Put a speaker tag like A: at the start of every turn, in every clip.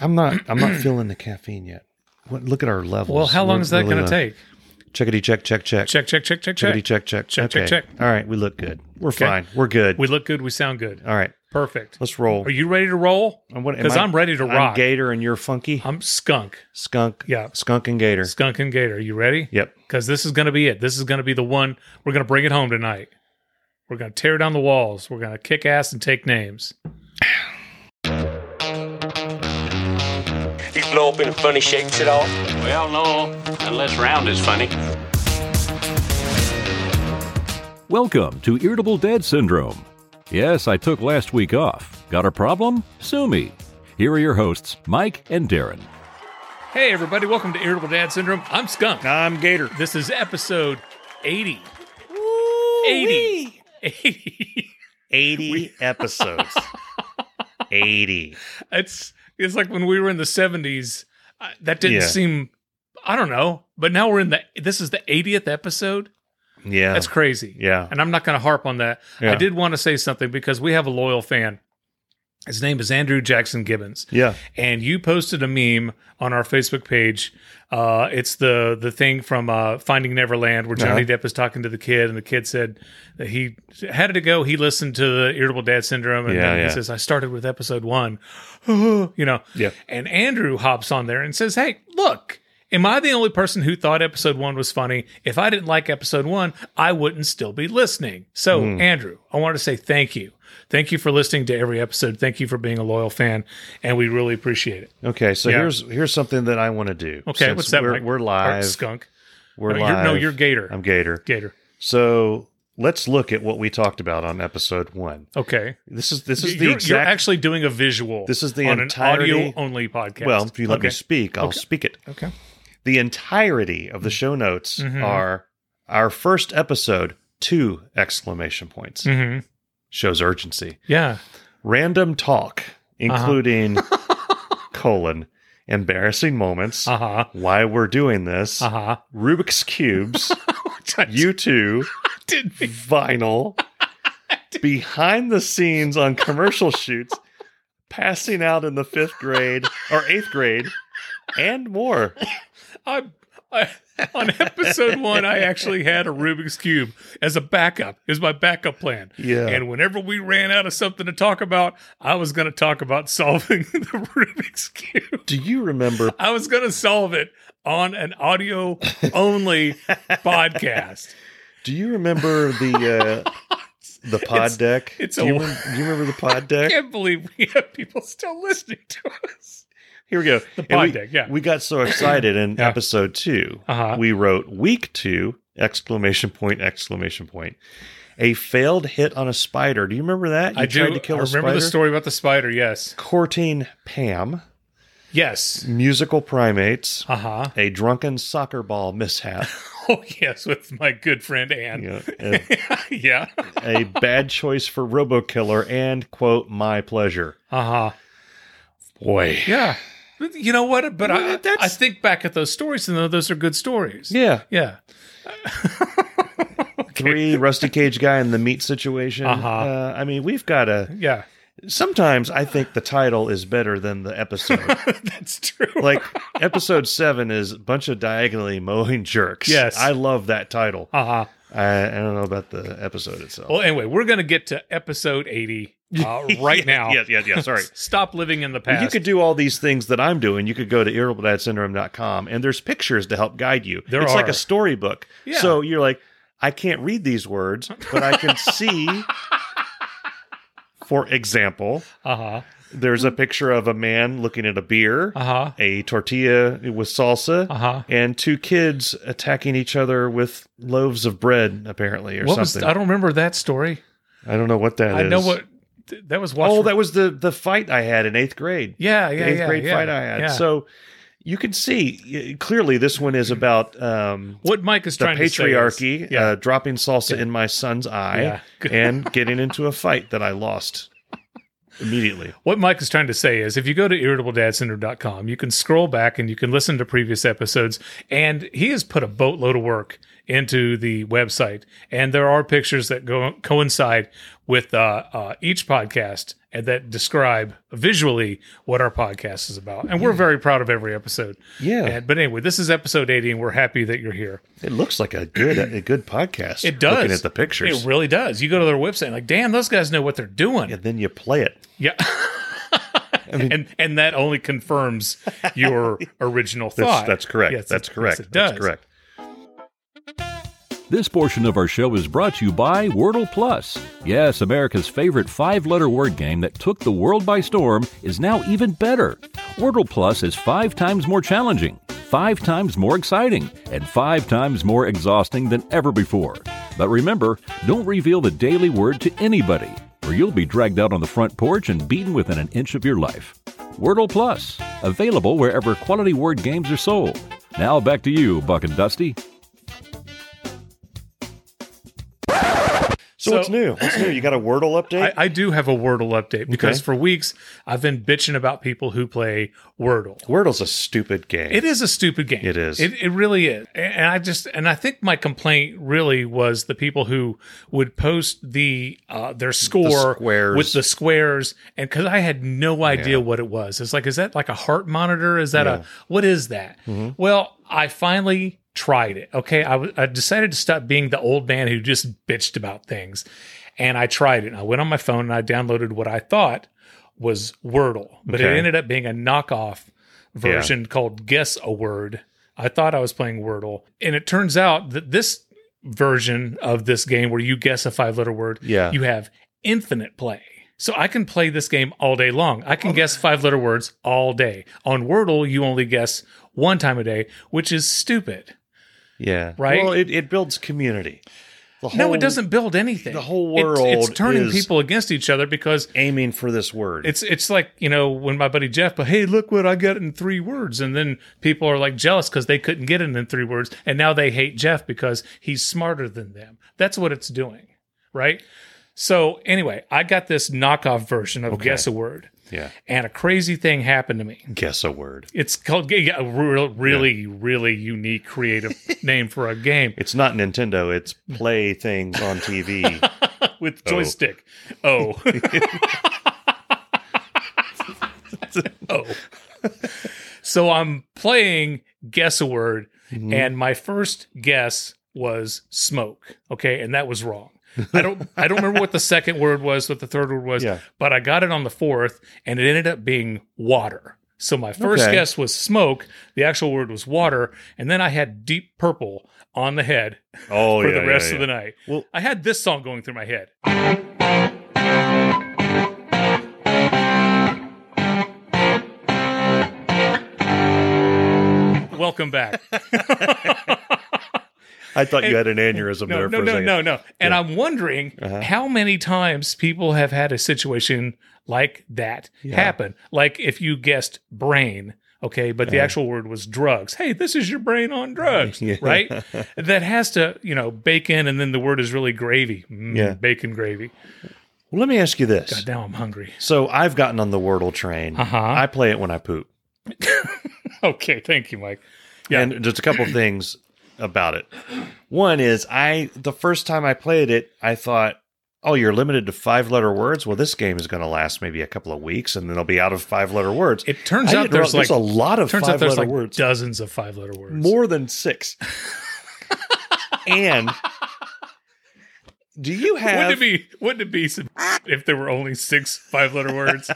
A: I'm not. I'm not feeling the caffeine yet. What, look at our levels.
B: Well, how long
A: We're
B: is that
A: really
B: going
A: low.
B: to take?
A: Checkity check check check
B: Check, check, check, check,
A: checkity
B: check.
A: check check
B: Check, check,
A: Okay.
B: check.
A: All right, we look good. We're
B: Okay.
A: fine. We're good.
B: We look good. We sound good.
A: All right,
B: Perfect.
A: let's roll.
B: Are you ready to roll?
A: I'm what- am
B: 'Cause
A: I-
B: I'm ready to rock.
A: Gator and you're funky
B: I'm skunk,
A: skunk.
B: Yeah.
A: skunk and gator.
B: skunk and gator. Are you ready?
A: Yep.
B: Because this is going to be it. This is going to be the one we're going to bring it home tonight. We're going to tear down the walls. We're going to kick ass and take names.
C: You blow up in a funny shape shit all.
D: Well, no, unless round is funny.
E: Welcome to Irritable Dead Syndrome. Yes, I took last week off. Got a problem? Sue me. Here are your hosts, Mike and Darren.
B: Hey, everybody. Welcome to Irritable Dad Syndrome. I'm skunk.
A: I'm gator.
B: This is episode 80. 80. 80.
A: Eighty episodes. Eighty.
B: It's, it's like when we were in the 70s. I, that didn't
A: Yeah.
B: seem, I don't know. But now we're in the, this is the 80th episode.
A: Yeah.
B: That's crazy.
A: Yeah.
B: And I'm not going to harp on that.
A: Yeah.
B: I did want to say something because we have a loyal fan. His name is Andrew Jackson Gibbons.
A: yeah.
B: And you posted a meme on our Facebook page. Uh, it's the the thing from uh, Finding Neverland where Johnny Depp is talking to the kid, and the kid said that he how did it go? He listened to the Irritable Dad Syndrome, and
A: Yeah,
B: then
A: yeah.
B: he says, "I started with episode one." you know,
A: Yeah.
B: and Andrew hops on there and says, Hey, look, am I the only person who thought episode one was funny? If I didn't like episode one, I wouldn't still be listening. So,
A: Hmm.
B: Andrew, I want to say thank you. Thank you for listening to every episode. Thank you for being a loyal fan. And we really appreciate it.
A: Okay. So
B: Yeah.
A: here's here's something that I want to do.
B: Okay.
A: Since
B: what's that?
A: We're,
B: Mike?
A: we're
B: Or
A: live.
B: skunk.
A: We're
B: No,
A: live.
B: you're- no, you're Gator.
A: I'm Gator.
B: Gator.
A: So let's look at what we talked about on episode one.
B: Okay.
A: This is this is the
B: you're,
A: exact.
B: you're actually doing a visual.
A: This is the
B: on
A: entirety-
B: an audio only podcast.
A: well, if you let me
B: Okay.
A: speak, I'll speak it.
B: Okay.
A: The entirety of the show notes
B: Mhm.
A: are our first episode. Two exclamation points
B: hmm
A: shows urgency.
B: Yeah.
A: Random talk,
B: Uh-huh.
A: including colon embarrassing moments.
B: Uh huh.
A: Why we're doing this?
B: Uh huh.
A: Rubik's cubes. Uh-huh. you two.
B: did
A: vinyl behind the scenes on commercial shoots passing out in the fifth grade or eighth grade and more
B: I, I on episode one, I actually had a Rubik's cube as a backup. It was my backup plan.
A: Yeah.
B: And whenever we ran out of something to talk about, I was going to talk about solving the Rubik's cube.
A: do you remember
B: I was going to solve it on an audio only podcast.
A: do you remember the uh the pod
B: It's-
A: deck
B: it's
A: do you,
B: a-
A: rem- do you remember the pod
B: I
A: deck
B: can't believe we have people still listening to us.
A: here we go the
B: pod deck, yeah.
A: we got so excited in
B: Yeah.
A: episode 2
B: Uh-huh.
A: we wrote week two exclamation point exclamation point a failed hit on a spider do you remember that you
B: I
A: tried
B: do.
A: to kill
B: I
A: a
B: remember
A: spider
B: the story about the spider. Yes.
A: courting pam Hmm.
B: Yes.
A: musical primates,
B: Uh huh.
A: a drunken soccer ball mishap,
B: Oh, yes. With my good friend Anne.
A: you know, a,
B: yeah.
A: a bad choice for RoboKiller, and quote my pleasure.
B: Uh
A: Uh-huh.
B: huh.
A: Boy,
B: Yeah. But You know what? But
A: Well,
B: I,
A: that's-
B: I think back at those stories, and tho- those are good stories.
A: yeah.
B: Yeah.
A: Three Rusty Cage guy in the meat situation.
B: Uh-huh.
A: Uh, I mean, we've got a.
B: Yeah.
A: Sometimes I think the title is better than the episode.
B: That's true.
A: like episode seven is bunch of diagonally mowing jerks.
B: Yes.
A: I love that title.
B: uh huh.
A: I, I don't know about the episode itself.
B: Well, anyway, we're going to get to episode 80 uh, right now.
A: yeah, yeah, yeah. Sorry.
B: Stop living in the
A: Well,
B: past.
A: You could do all these things that I'm doing. You could go to irritabledadsyndrome.com and there's pictures to help guide you.
B: There
A: it's like
B: are.
A: a storybook.
B: Yeah.
A: So you're like, I can't read these words, but I can see. For example,
B: Uh huh.
A: there's a picture of a man looking at a beer,
B: Uh huh.
A: a tortilla with salsa,
B: Uh-huh.
A: and two kids attacking each other with loaves of bread, apparently, or
B: What was?
A: something.
B: I don't remember that story.
A: I don't know what that is.
B: I know what th- that was. Watch
A: Oh,
B: for-
A: that was the the fight I had in eighth grade.
B: Yeah.
A: The
B: Yeah.
A: eighth
B: yeah,
A: grade
B: yeah,
A: fight I had.
B: yeah.
A: So you can see y- clearly this one is about um,
B: what Mike is
A: the
B: trying to say is-
A: patriarchy
B: yeah.
A: uh, dropping salsa in my son's eye
B: Yeah.
A: and getting into a fight that I lost immediately.
B: What Mike is trying to say is if you go to irritabledadsyndrome.com, you can scroll back and you can listen to previous episodes. And he has put a boatload of work into the website, and there are pictures that go coincide with uh, uh, each podcast and that describe visually what our podcast is about. And we're very proud of every episode.
A: Hmm. Yeah.
B: And, but anyway, this is episode eighty, and we're happy that you're here.
A: It looks like a good a good podcast.
B: It does.
A: Looking at the pictures.
B: It really does. You go to their website, and like, damn, those guys know what they're doing.
A: and then you play it.
B: Yeah. and and that only confirms your original
A: That's,
B: thought.
A: that's correct.
B: Yes,
A: that's
B: it-
A: correct.
B: yes, it
A: That's
B: does.
A: correct.
E: This portion of our show is brought to you by Wordle Plus. Yes, America's favorite five letter word game that took the world by storm is now even better. Wordle Plus is five times more challenging, five times more exciting, and five times more exhausting than ever before. But remember, don't reveal the daily word to anybody, or you'll be dragged out on the front porch and beaten within an inch of your life. Wordle Plus, available wherever quality word games are sold. Now back to you, Buck and Dusty.
A: So,
B: So-
A: what's new? What's new? You got a Wordle update?
B: I, I do have a Wordle update because
A: Okay.
B: for weeks I've been bitching about people who play Wordle.
A: Wordle's a stupid game.
B: It is a stupid game.
A: It is.
B: It, it really is. And I just and I think my complaint really was the people who would post the uh, their score
A: squares.
B: with the squares, and because I had no idea what it was. It's like is that like a heart monitor? Is that a what is that?
A: Mm-hmm.
B: Well, I finally tried it. Okay, I w- I decided to stop being the old man who just bitched about things, and I tried it. And I went on my phone and I downloaded what I thought was Wordle, but it
A: Okay.
B: ended up being a knockoff version called Guess a Word. I thought I was playing Wordle, and it turns out that this version of this game where you guess a five letter word,
A: Yeah.
B: you have infinite play. So I can play this game all day long. I
A: Oh.
B: can guess five letter words all day. On Wordle, you only guess one time a day, which is stupid.
A: yeah.
B: Right?
A: Well, it, it builds community. The
B: no,
A: whole
B: it doesn't build anything.
A: the whole
B: It's- it's
A: world
B: turning
A: is-
B: people against each other because
A: Aiming for this word.
B: It's it's like you know when my buddy Jeff, but hey, look what I got in three words, and then people are like jealous because they couldn't get it in three words, and now they hate Jeff because he's smarter than them. That's what it's doing, right? So anyway, I got this knockoff version of guess a word,
A: yeah.
B: and a crazy thing happened to me.
A: Guess a word.
B: It's called yeah, a real, really, really unique creative name for a game.
A: It's not Nintendo. It's play things on TV.
B: with joystick. Oh. oh. So I'm playing guess a word,
A: Mm-hmm.
B: and my first guess was smoke. Okay, and that was wrong. I don't I don't remember what the second word was, what the third word was,
A: Yeah.
B: but I got it on the fourth, and it ended up being water. So my first
A: Okay.
B: guess was smoke. The actual word was water, and then I had deep purple on the head
A: Oh,
B: for
A: yeah.
B: the rest of the night.
A: Well-
B: I had this song going through my head. Welcome back.
A: I thought you had an aneurysm
B: No,
A: there
B: no,
A: for a
B: no,
A: second. Uh-huh.
B: no, no. And I'm wondering how many times people have had a situation like that happen. Like if you guessed brain, okay, but
A: Uh-huh.
B: the actual word was drugs. Hey, this is your brain on drugs, right? That has to, you know, bacon, and then the word is really gravy. Mm,
A: Yeah.
B: bacon gravy.
A: Well, let me ask you this.
B: Now I'm hungry.
A: So I've gotten on the Wordle train.
B: Uh-huh.
A: I play it when I poop.
B: Okay, thank you, Mike. Yeah.
A: And just a couple of things about it. One is I the first time I played it, I thought, "Oh, you're limited to five letter words. Well, this game is going to last maybe a couple of weeks, and then they'll be out of five letter words."
B: It turns
A: I
B: out
A: didn't realize
B: there's like
A: a lot of
B: turns out
A: five
B: there's
A: letter
B: like
A: words,
B: dozens of five letter words.
A: more than six. and do you
B: Wouldn't
A: have?
B: it be wouldn't it be some if there were only six five letter words?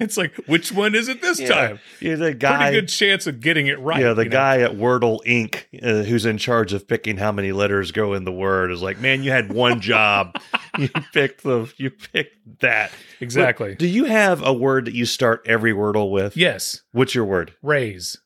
B: it's like which one is it this time?
A: Yeah, the
B: Pretty
A: guy.
B: good chance of getting it right.
A: yeah, the
B: you know?
A: guy at Wordle Inc. Uh, who's in charge of picking how many letters go in the word is like, man, you had one job. you picked the, you picked that.
B: Exactly.
A: Do you have a word that you start every Wordle with?
B: yes.
A: What's your word?
B: Raise.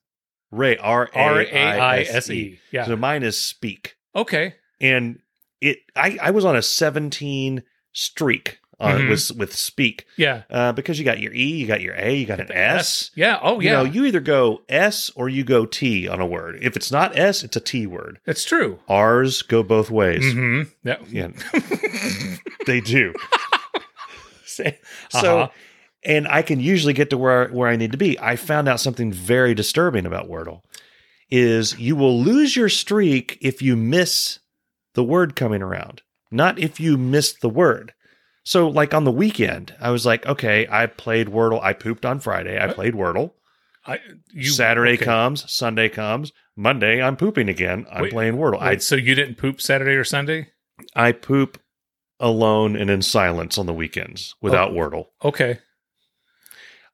A: Ray. R
B: R A I S E. Yeah.
A: E. So mine is speak.
B: okay.
A: And it, I, I was on a 17 streak on,
B: Mhm.
A: with, with speak
B: Yeah.
A: uh, because you got your E, you got your A, you got an S.
B: Yeah. Oh
A: You
B: yeah.
A: know, you either go S or you go T on a word. If it's not S, it's a T word.
B: That's true.
A: R's go both ways.
B: Mm-hmm. Yeah.
A: Yeah. they do. so,
B: Uh-huh.
A: and I can usually get to where where I need to be. I found out something very disturbing about Wordle. is you will lose your streak if you miss the word coming around, not if you missed the word. So, like on the weekend, I was like, okay, I played Wordle. I pooped on Friday. I played Wordle.
B: I, you,
A: Saturday
B: okay.
A: comes, Sunday comes, Monday, I'm pooping again. I'm
B: Wait,
A: playing Wordle.
B: Wait, so you didn't poop Saturday or Sunday?
A: I, I poop alone and in silence on the weekends without Wordle.
B: Okay.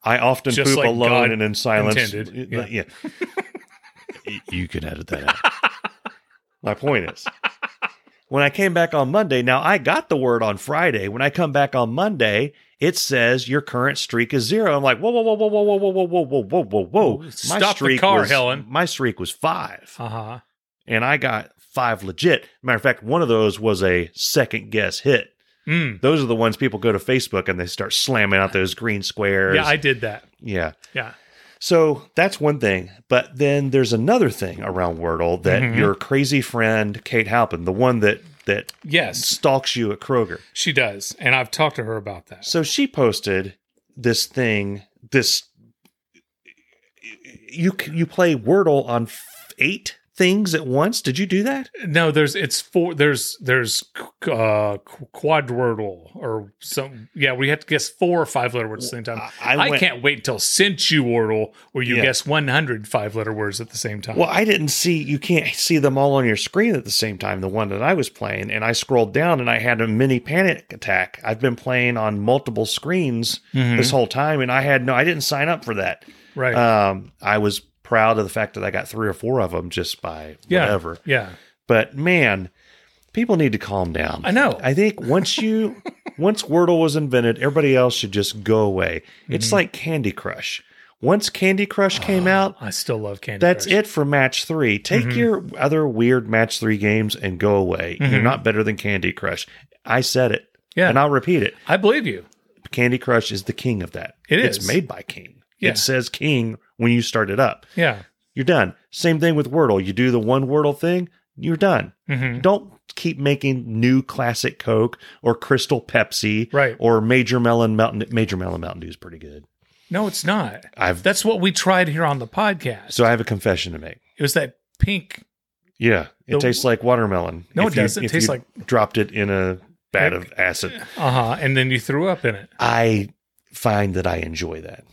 A: I often
B: Oh. Just
A: poop
B: like
A: alone
B: God
A: and in silence.
B: intended.
A: Yeah. Y- you can edit that out. My point is, when I came back on Monday, now I got the word on Friday. When I come back on Monday, it says your current streak is zero. I'm like, whoa, whoa, whoa, whoa, whoa, whoa, whoa, whoa, whoa, whoa, whoa, whoa. My
B: Stop the car,
A: was,
B: Helen.
A: My streak was five.
B: Uh huh.
A: and I got five legit. Matter of fact, one of those was a second guess hit.
B: Mm.
A: Those are the ones people go to Facebook and they start slamming out those green squares.
B: Yeah, I did that.
A: yeah.
B: Yeah.
A: So that's one thing. But then there's another thing around Wordle that
B: Mm-hmm.
A: your crazy friend Kate Halpin, the one that that
B: Yes,
A: stalks you at Kroger.
B: she does. And I've talked to her about that.
A: So she posted this thing. This you c- you play Wordle on f- eight things at once. Did you do that?
B: No, there's it's four there's there's uh quadwordle or some yeah, we have to guess four or five letter words at the same time.
A: I-
B: I,
A: I went-
B: can't wait until sensuwordle where you
A: Yeah.
B: guess 100 five letter words at the same time.
A: Well, I didn't see you can't see them all on your screen at the same time. The one that I was playing, and I scrolled down and I had a mini panic attack. I've been playing on multiple screens
B: Mm-hmm.
A: this whole time, and I had no, I didn't sign up for that.
B: right.
A: Um, I was proud of the fact that I got three or four of them just by
B: yeah.
A: whatever.
B: Yeah.
A: But man, people need to calm down.
B: I know.
A: I think once you once Wordle was invented, everybody else should just go away.
B: Mm-hmm.
A: It's like Candy Crush. Once Candy Crush came out,
B: I still love Candy
A: that's
B: Crush.
A: it for match three. Take
B: Mm-hmm.
A: your other weird match three games and go away. You're not better than Candy Crush. I said it.
B: Mm-hmm. Yeah.
A: And I'll repeat it.
B: I believe you.
A: Candy Crush is the king of that.
B: It
A: It's
B: is.
A: made by King.
B: Yeah.
A: It says King when you start it up.
B: Yeah.
A: You're done. Same thing with Wordle. You do the one Wordle thing, you're done.
B: Mhm.
A: Don't keep making new classic Coke or Crystal Pepsi
B: Right.
A: or Major Melon Mountain Major Melon Mountain Dew is pretty good.
B: No, it's not.
A: I've
B: That's what we tried here on the podcast.
A: so I have a confession to make.
B: it was that pink
A: Yeah, it
B: The-
A: tastes like watermelon.
B: No,
A: If
B: it
A: you-
B: doesn't. It
A: if
B: tastes
A: you
B: like-
A: dropped it in a vat of acid.
B: uh-huh and then you threw up in it.
A: I find that I enjoy that.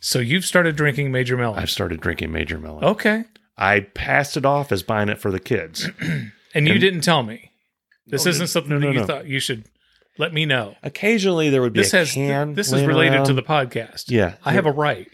B: So you've started drinking Major Melon.
A: I've started drinking Major Melon.
B: Okay.
A: I passed it off as buying it for the kids.
B: And you
A: And-
B: didn't tell me. This
A: No,
B: isn't something
A: no, no,
B: that you
A: no.
B: thought you should let me know.
A: Occasionally, there would be
B: This
A: a
B: has
A: can.
B: this is
A: laying
B: related to
A: around.
B: the podcast.
A: Yeah.
B: I have a right.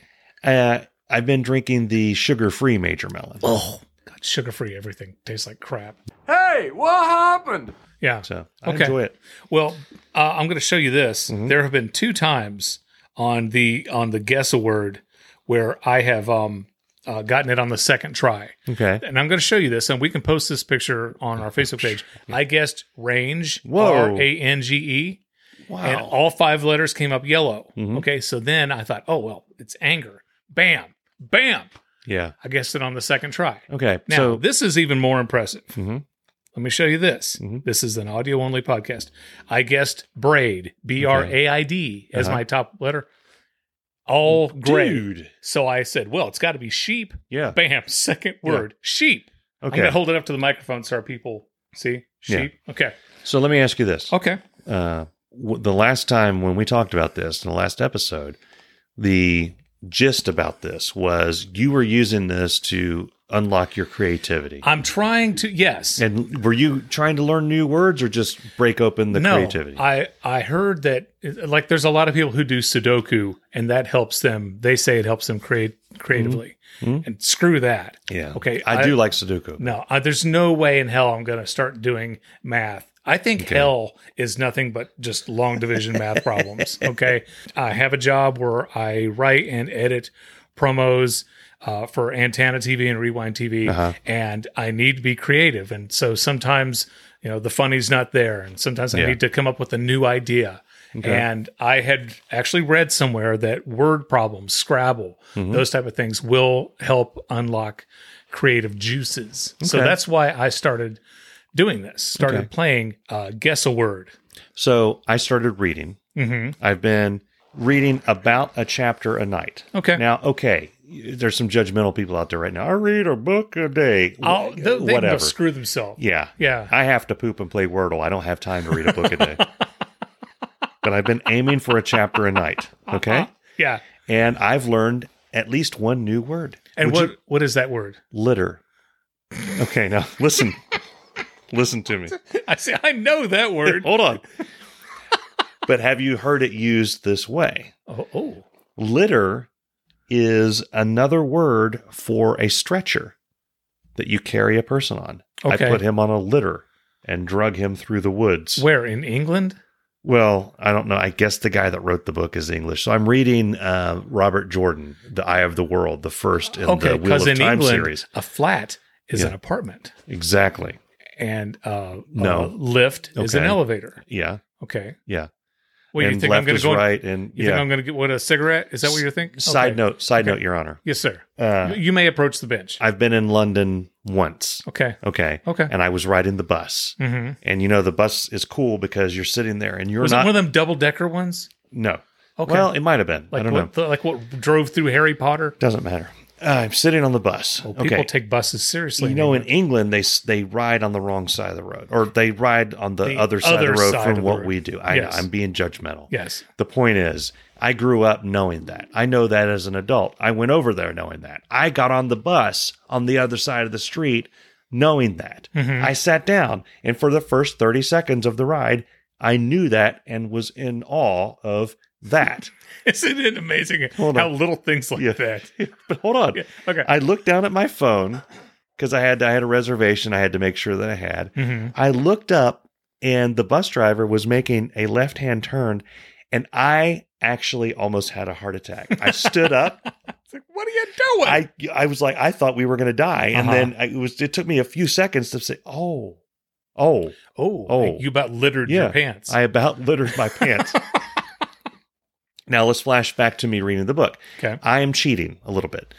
A: Uh, I've been drinking the sugar-free Major Melon.
B: Oh, God, sugar-free everything tastes like crap.
F: Hey, what happened?
B: Yeah.
A: So I
B: Okay.
A: enjoy it.
B: Well, uh, I'm going to show you this.
A: Mm-hmm.
B: There have been two times on the on the guess a word where I have um uh, gotten it on the second try.
A: Okay.
B: And I'm going to show you this, and we can post this picture on our Facebook page. I guessed range,
A: Whoa.
B: R A N G E,
A: Wow. Mm-hmm.
B: and all five letters came up yellow. Okay, so then I thought, oh well, it's anger. Bam, bam.
A: yeah.
B: I guessed it on the second try.
A: Okay.
B: Now
A: so
B: this is even more impressive.
A: Mhm.
B: Let me show you this.
A: Mm-hmm.
B: This is an audio only podcast. I guessed braid, B R A I D, as
A: Uh-huh.
B: my top letter. All gray.
A: Dude.
B: So I said, well, it's got to be sheep.
A: Yeah.
B: Bam, second
A: Yeah.
B: word, sheep. I'm
A: Okay.
B: gonna hold it up to the microphone so our people see
A: Yeah.
B: sheep. Okay.
A: so let me ask you this.
B: Okay.
A: uh, w- the last time when we talked about this in the last episode, the gist about this was you were using this to unlock your creativity.
B: I'm trying to yes.
A: and were you trying to learn new words or just break open the creativity?
B: I I heard that like there's a lot of people who do Sudoku and that helps them. They say it helps them create creatively. And screw that.
A: Mm-hmm. yeah.
B: Okay.
A: I, do like Sudoku.
B: No, I, there's no way in hell I'm going to start doing math. I think hell is nothing but just long division math problems. Okay. I have a job where I write and edit promos uh, for Antenna TV and Rewind TV, and I need to be creative. And so sometimes, you know, the funny's not there, and sometimes I
A: Yeah.
B: need to come up with a new idea. And I had actually read somewhere that word problems, Scrabble, those type of things will help unlock creative juices. So
A: Okay.
B: that's why I started doing this, started
A: Okay.
B: playing uh, Guess a Word.
A: So I started reading. Mm-hmm. I've been reading about a chapter a night.
B: Okay.
A: Now, okay, there's some judgmental people out there right now. I read a book a day.
B: I'll,
A: Wh-
B: they, they
A: Whatever.
B: will screw themselves.
A: yeah.
B: Yeah.
A: I have to poop and play Wordle. I don't have time to read a book a day. but I've been aiming for a chapter a night.
B: Uh-huh.
A: Okay.
B: Yeah.
A: And I've learned at least one new word.
B: And
A: Would
B: what
A: you-
B: what is that word?
A: litter. Okay, now listen. listen to me.
B: I say I know that word.
A: Hold on. but have you heard it used this way?
B: oh, oh.
A: Litter is another word for a stretcher that you carry a person on.
B: Okay.
A: I put him on a litter and drug him through the woods.
B: where in England?
A: Well, I don't know. I guess the guy that wrote the book is English. So I'm reading uh, Robert Jordan, The Eye of the World, the first in
B: Okay,
A: the Wheel
B: because
A: of
B: in
A: Time
B: England,
A: series.
B: a flat is
A: Yeah.
B: an apartment,
A: Exactly.
B: and uh,
A: No.
B: a lift is an
A: Okay.
B: elevator.
A: Yeah.
B: Okay.
A: Yeah.
B: Well,
A: and
B: you think
A: left
B: I'm going
A: is
B: to go? and-
A: right. And
B: You
A: yeah.
B: think I'm going to get what a cigarette? Is that what you're thinking?
A: Side
B: Okay.
A: note, side
B: Okay.
A: note, Your Honor.
B: Yes, sir.
A: Uh,
B: You- you may approach the bench.
A: I've been in London once.
B: okay.
A: Okay.
B: Okay.
A: And I was riding the bus.
B: Mm-hmm.
A: And you know, the bus is cool because you're sitting there and you're
B: Was
A: not.
B: it one of them double decker ones?
A: no.
B: Okay.
A: Well, it might have been.
B: like
A: I don't know.
B: what The, like what drove through Harry Potter?
A: Doesn't matter. Uh, I'm sitting on the bus.
B: Well, people
A: okay.
B: take buses seriously.
A: you know, in England, they s- they ride on the wrong side of the road, or they ride on the,
B: The
A: other side
B: other
A: of the road
B: side
A: from
B: of the
A: what
B: road.
A: we do. I,
B: Yes.
A: I'm being judgmental.
B: yes.
A: The point is, I grew up knowing that. I know that as an adult. I went over there knowing that. I got on the bus on the other side of the street knowing that.
B: Mm-hmm.
A: I sat down, and for the first 30 seconds of the ride, I knew that and was in awe of that.
B: Isn't it amazing
A: Hold
B: how
A: on.
B: little things like
A: Yeah.
B: that?
A: but hold on.
B: Okay.
A: I looked down at my phone because I had I had a reservation. I had to make sure that I had.
B: Mm-hmm.
A: I looked up, and the bus driver was making a left hand turn, and I actually almost had a heart attack. I stood up.
B: It's like, what are you doing?
A: I I was like, I thought we were going to die, and
B: Uh-huh.
A: then I, it was. It took me a few seconds to say, "Oh, oh,
B: oh,
A: Oh.
B: you about littered
A: yeah."
B: your pants.
A: I about littered my pants. now let's flash back to me reading the book.
B: okay.
A: I am cheating a little bit.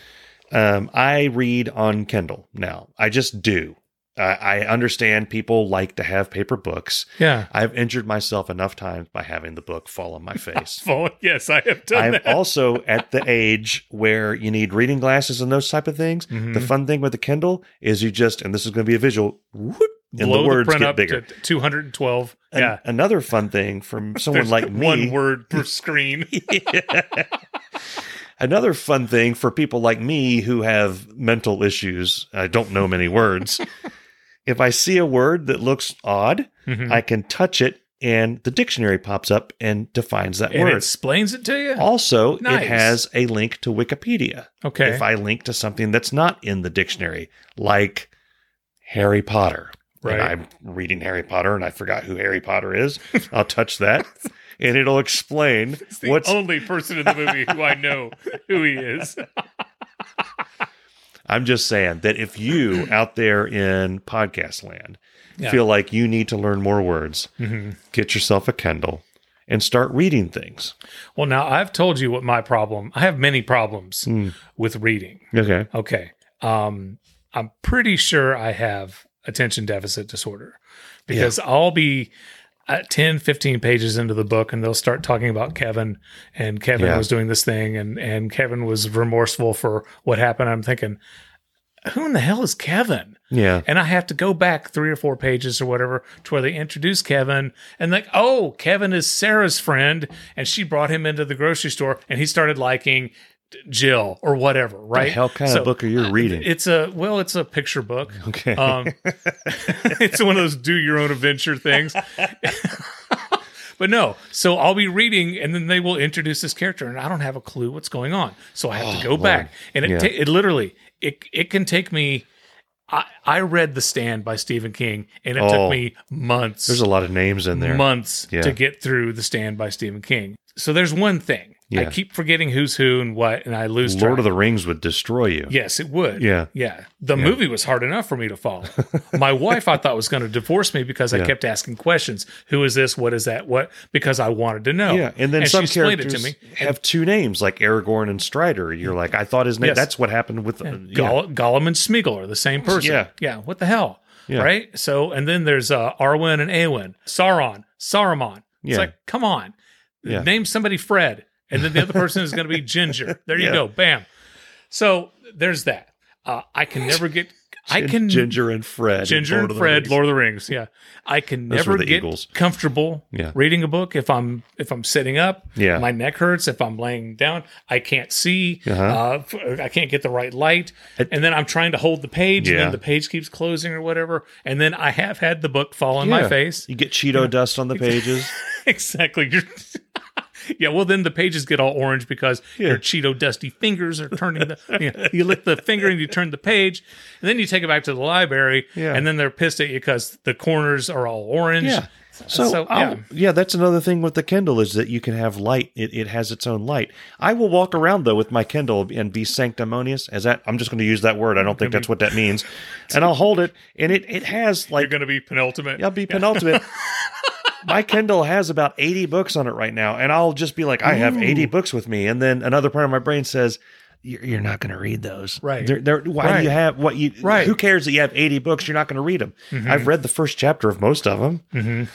A: Um, I read on Kindle now. I just do. I I understand people like to have paper books.
B: Yeah.
A: I've injured myself enough times by having the book fall on my face.
B: Full. Yes, I have done
A: I'm
B: that.
A: also at the age where you need reading glasses and those type of things.
B: Mm-hmm.
A: The fun thing with the Kindle is you just, and this is going to be a visual, whoop, and
B: Blow
A: the words
B: print
A: get
B: up
A: bigger.
B: to 212.
A: An-
B: yeah.
A: Another fun thing from someone
B: There's
A: like me.
B: One word per screen.
A: Another fun thing for people like me who have mental issues, I don't know many words. if I see a word that looks odd,
B: Mm-hmm.
A: I can touch it and the dictionary pops up and defines that
B: and it
A: word.
B: explains it to you.
A: Also,
B: Nice.
A: it has a link to Wikipedia.
B: okay.
A: If I link to something that's not in the dictionary, like Harry Potter, and
B: Right.
A: I'm reading Harry Potter and I forgot who Harry Potter is, I'll touch that and it'll explain
B: the
A: what's
B: only person in the movie who I know who he is.
A: I'm just saying that if you out there in podcast land
B: Yeah. Mm-hmm.
A: feel like you need to learn more words, get yourself a Kindle and start reading things.
B: Well, now I've told you what my problem. I have many problems with reading.
A: Okay.
B: Okay. Um, I'm pretty sure I have attention deficit disorder because I'll be at 10, 15 pages into the book and they'll start talking about Kevin and Kevin
A: Yeah.
B: was doing this thing and, and Kevin was remorseful for what happened. I'm thinking, who in the hell is Kevin?
A: Yeah.
B: And I have to go back three or four pages or whatever to where they introduce Kevin and like, oh, Kevin is Sarah's friend and she brought him into the grocery store and he started liking Jill or whatever, right?
A: The hell kind
B: So-
A: of book are you reading?
B: it's a well, it's a picture book.
A: okay.
B: Um, it's one of those do your own adventure things. but no, so I'll be reading, and then they will introduce this character, and I don't have a clue what's going on, so I have to go back, and it,
A: Oh, Yeah.
B: ta- it literally it it can take me. I, I read The Stand by Stephen King, and it
A: Oh.
B: took me months
A: There's a lot of names in there.
B: months
A: Yeah.
B: to get through the stand by Stephen King. So there's one thing. I
A: Yeah.
B: keep forgetting who's who and what, and I lose track.
A: Lord of the Rings would destroy you.
B: Yes, it would.
A: Yeah.
B: Yeah. The movie was hard enough for me to follow. My wife, I thought, was going to divorce me because I
A: Yeah.
B: kept asking questions. Who is this? What is that? What? Because I wanted to know.
A: Yeah, and then some
B: she explained
A: characters
B: it to me.
A: have two names, like Aragorn and Strider. You're like, I thought his name.
B: Yes.
A: That's what happened with uh, yeah.
B: Goll- Gollum and Smeagol are the same person.
A: Yeah.
B: Yeah. What the hell?
A: Yeah.
B: Right. So, and then there's uh, Arwen and Awen, Sauron, Saruman. It's
A: Yeah.
B: like, come on,
A: Yeah.
B: name somebody Fred, and then the other person is going to be Ginger. There you
A: Yeah.
B: go. Bam. So there's that. Uh, I can never get. I can
A: Ginger and Fred. in
B: Ginger
A: Lord
B: and
A: of the
B: Fred,
A: Rings.
B: Lord of the Rings. Yeah, I can
A: Those were
B: never
A: the
B: get
A: Eagles.
B: comfortable
A: Yeah.
B: reading a book if I'm if I'm sitting up.
A: Yeah.
B: my neck hurts if I'm laying down. I can't see.
A: Uh-huh.
B: Uh, f- I can't get the right light,
A: It-
B: and then I'm trying to hold the page, and
A: Yeah.
B: then the page keeps closing or whatever. And then I have had the book fall on
A: Yeah.
B: my face.
A: You get Cheeto dust on the pages.
B: exactly. You're- yeah. Well, then the pages get all orange because your Cheeto dusty fingers are turning the. you, know, you lick the finger and you turn the page, and then you take it back to the library.
A: Yeah.
B: And then they're pissed at you because the corners are all orange.
A: Yeah. So,
B: So,
A: I'll- yeah.
B: yeah.
A: that's another thing with the Kindle is that you can have light. It, it has its own light. I will walk around though with my Kindle and be sanctimonious. As that, I'm just going to use that word. I don't think that's what that means. And I'll hold it, and it it has
B: You're
A: like
B: going to be penultimate.
A: I'll be penultimate. my Kindle has about 80 books on it right now, and I'll just be like, I have 80 books with me, and then another part of my brain says. "You're you're not going to read those,
B: Right.
A: They're, they're, why do
B: Right.
A: you have what you?
B: Right. Mm-hmm.
A: Who cares that you have eighty books? You're not going to read them. I've read the first chapter of most of them.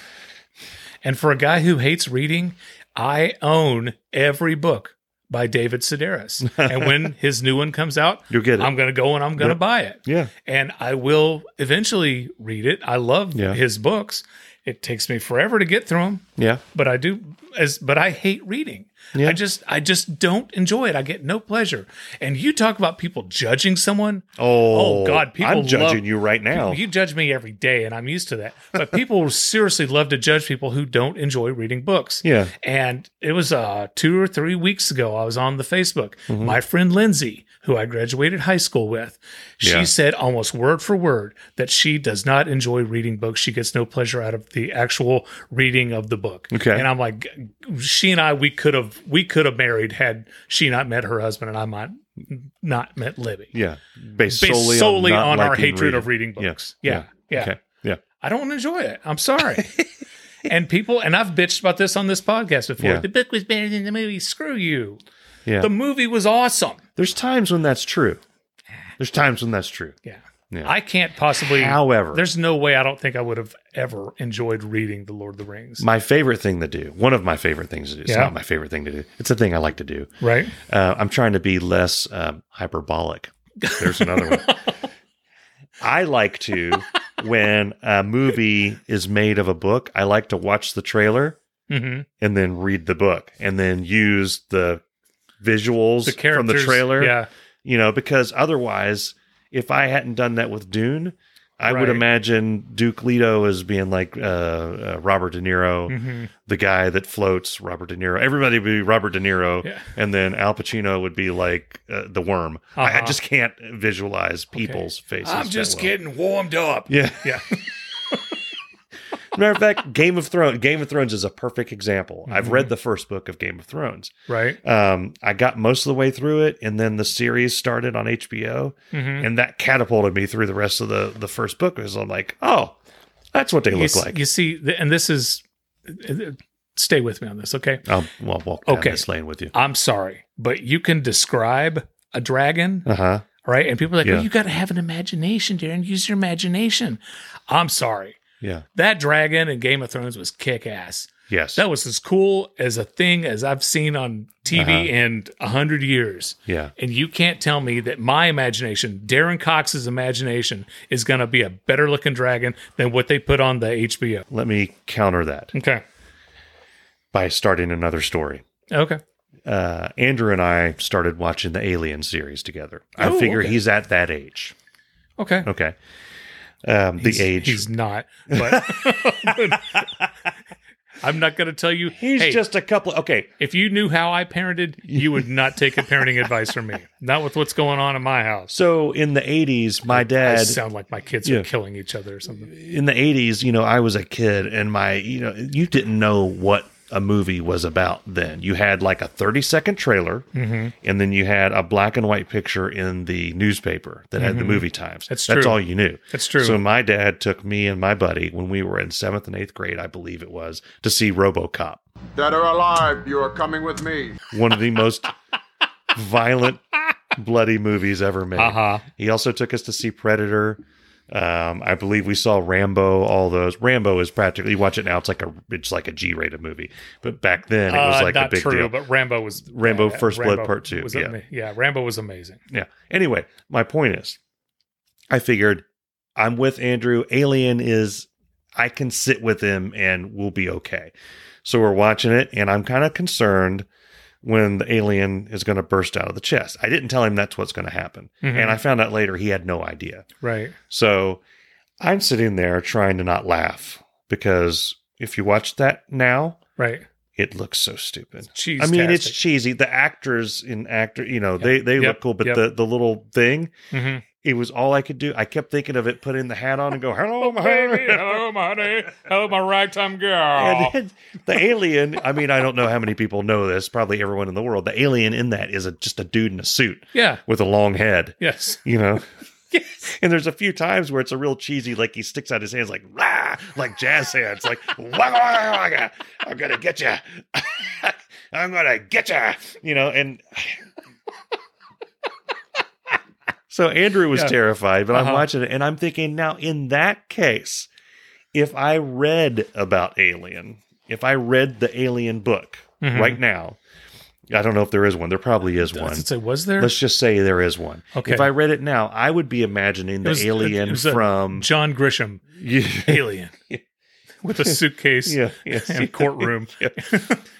B: And for a guy who hates reading, I own every book by David Sedaris. and when his new one comes out,
A: You'll get it.
B: I'm going to go and I'm going to buy it.
A: Yeah.
B: And I will eventually read it. I love
A: Yeah.
B: his books. It takes me forever to get through them,
A: Yeah,
B: but I do as but I hate reading.
A: Yeah.
B: I just I just don't enjoy it. I get no pleasure. And you talk about people judging someone.
A: Oh,
B: Oh, God, people
A: I'm judging
B: love-
A: you right now.
B: You judge me every day, and I'm used to that. But people seriously love to judge people who don't enjoy reading books.
A: Yeah.
B: And it was uh, two or three weeks ago, I was on the Facebook.
A: Mm-hmm.
B: My friend Lindsay, who I graduated high school with, she
A: Yeah.
B: said almost word for word that she does not enjoy reading books. She gets no pleasure out of the actual reading of the book.
A: Okay.
B: And I'm like, she and I, we could have we could have married had she not met her husband, and I might not met Libby
A: yeah, based,
B: based solely,
A: not
B: on, our
A: liking
B: hatred of reading books.
A: Yeah.
B: Yeah. Yeah.
A: Okay. Yeah.
B: I don't enjoy it. I'm sorry. and people, and I've bitched about this on this podcast before.
A: Yeah.
B: The book was better than the movie. Screw you.
A: Yeah.
B: The movie was awesome.
A: There's times when that's true. There's times when that's true.
B: Yeah.
A: Yeah.
B: I can't possibly.
A: However-
B: there's no way I don't think I would have ever enjoyed reading The Lord of the Rings.
A: My favorite thing to do, one of my favorite things to do, it's
B: Yeah.
A: not my favorite thing to do, it's a thing I like to do.
B: right?
A: Uh, I'm trying to be less um, hyperbolic. There's another one. I like to, when a movie is made of a book, I like to watch the trailer
B: Mm-hmm.
A: and then read the book and then use the visuals
B: The
A: from the
B: characters.
A: trailer.
B: Yeah.
A: you know, because otherwise, if I hadn't done that with Dune, I would
B: Right.
A: imagine Duke Leto as being like uh, uh, Robert De Niro,
B: Mhm.
A: the guy that floats. Robert De Niro. Everybody would be Robert De Niro,
B: Yeah.
A: and then Al Pacino would be like uh, the worm. I, I
B: Uh-huh.
A: just can't visualize people's faces.
B: I'm
A: that
B: just
A: well.
B: getting warmed up.
A: Yeah.
B: Yeah.
A: Matter of fact, Game of Thrones. Game of Thrones is a perfect example. I've
B: Mm-hmm.
A: read the first book of Game of Thrones.
B: Right.
A: Um, I got most of the way through it, and then the series started on HBO
B: Mm-hmm.
A: and that catapulted me through the rest of the the first book because I'm like, oh, that's what they
B: you,
A: look
B: s-
A: like.
B: you see, th- and this is. uh, Stay with me on this, okay?
A: I'll, I'll walk down
B: Okay.
A: this lane with you.
B: I'm sorry, but you can describe a dragon,
A: Uh huh.
B: right? And people are like,
A: Yeah.
B: oh, you got to have an imagination, Darren. Use your imagination. I'm sorry.
A: Yeah.
B: That dragon in Game of Thrones was kick ass.
A: Yes.
B: That was as cool as a thing as I've seen on TV in a hundred years.
A: Uh-huh. yeah.
B: And you can't tell me that my imagination, Darren Cox's imagination, is going to be a better looking dragon than what they put on the HBO.
A: Let me counter that
B: Okay.
A: by starting another story.
B: Okay.
A: Uh, Andrew and I started watching the Alien series together. I
B: Oh,
A: figure
B: okay.
A: he's at that age.
B: Okay.
A: Okay. Um, the
B: He's-
A: age.
B: He's not. But I'm not going to tell you.
A: He's
B: hey,
A: just a couple. Okay.
B: If you knew how I parented, you would not take a parenting advice from me. Not with what's going on in my house.
A: So in the 80s, my
B: I
A: dad.
B: sound like my kids
A: Yeah.
B: are killing each other or something.
A: in the 80s you know i was a kid and my you know you didn't know what a movie was about then you had like a 30 second trailer
B: Mm-hmm.
A: and then you had a black and white picture in the newspaper that had the movie times
B: Mm-hmm. That's true. That's true.
A: so my dad took me and my buddy when we were in seventh and eighth grade i believe it was to see robocop
F: Dead or alive, you are coming with me.
A: one of the most violent bloody movies ever made
B: Uh huh.
A: he also took us to see predator Um, I believe we saw Rambo. All those Rambo is practically you watch it now. It's like a it's like a G rated movie, but back then it was
B: Uh,
A: like a
B: not
A: big
B: true,
A: deal.
B: but Rambo was
A: Rambo
B: uh,
A: First Blood Part Two,
B: Was
A: yeah.
B: ama- yeah, Rambo was amazing.
A: Yeah. Anyway, my point is, I figured I'm with Andrew. Alien is, I can sit with him and we'll be okay. So we're watching it, and I'm kind of concerned when the alien is going to burst out of the chest. I didn't tell him that's what's going to happen.
B: Mhm.
A: And I found out later he had no idea.
B: Right.
A: So I'm sitting there trying to not laugh because if you watch that now,
B: Right.
A: it looks so stupid.
B: Cheese.
A: I mean, it's cheesy. The actors in actor, you know, they they
B: Yep.
A: look cool, but
B: Yep.
A: the the little thing,
B: hmm
A: it was all I could do. I kept thinking of it, putting the hat on and go, hello, Oh, my
B: Oh, Baby,
A: honey.
B: hello, my honey. Hello, my ragtime girl.
A: And then the alien, I mean, I don't know how many people know this, probably everyone in the world. The alien in that is a, just a dude in a suit
B: yeah.
A: with a long head,
B: Yes.
A: you know? And there's a few times where it's a real cheesy, like he sticks out his hands like, rah, like jazz hands, like, wagga, wagga, wagga. I'm going to get you. I'm going to get you, you know? And so Andrew was
B: Yeah.
A: terrified, but
B: Uh-huh.
A: I'm watching it and I'm thinking, now in that case, if I read about Alien, if I read the Alien book
B: Mhm.
A: right now, I don't know if there is one. There probably is
B: Does
A: one.
B: it say was there?
A: Let's just say there is one.
B: Okay.
A: If I read it now, I would be imagining the
B: was- it
A: alien
B: was a-
A: from
B: John Grisham,
A: yeah,
B: alien, with a suitcase
A: yeah, yes.
B: and courtroom.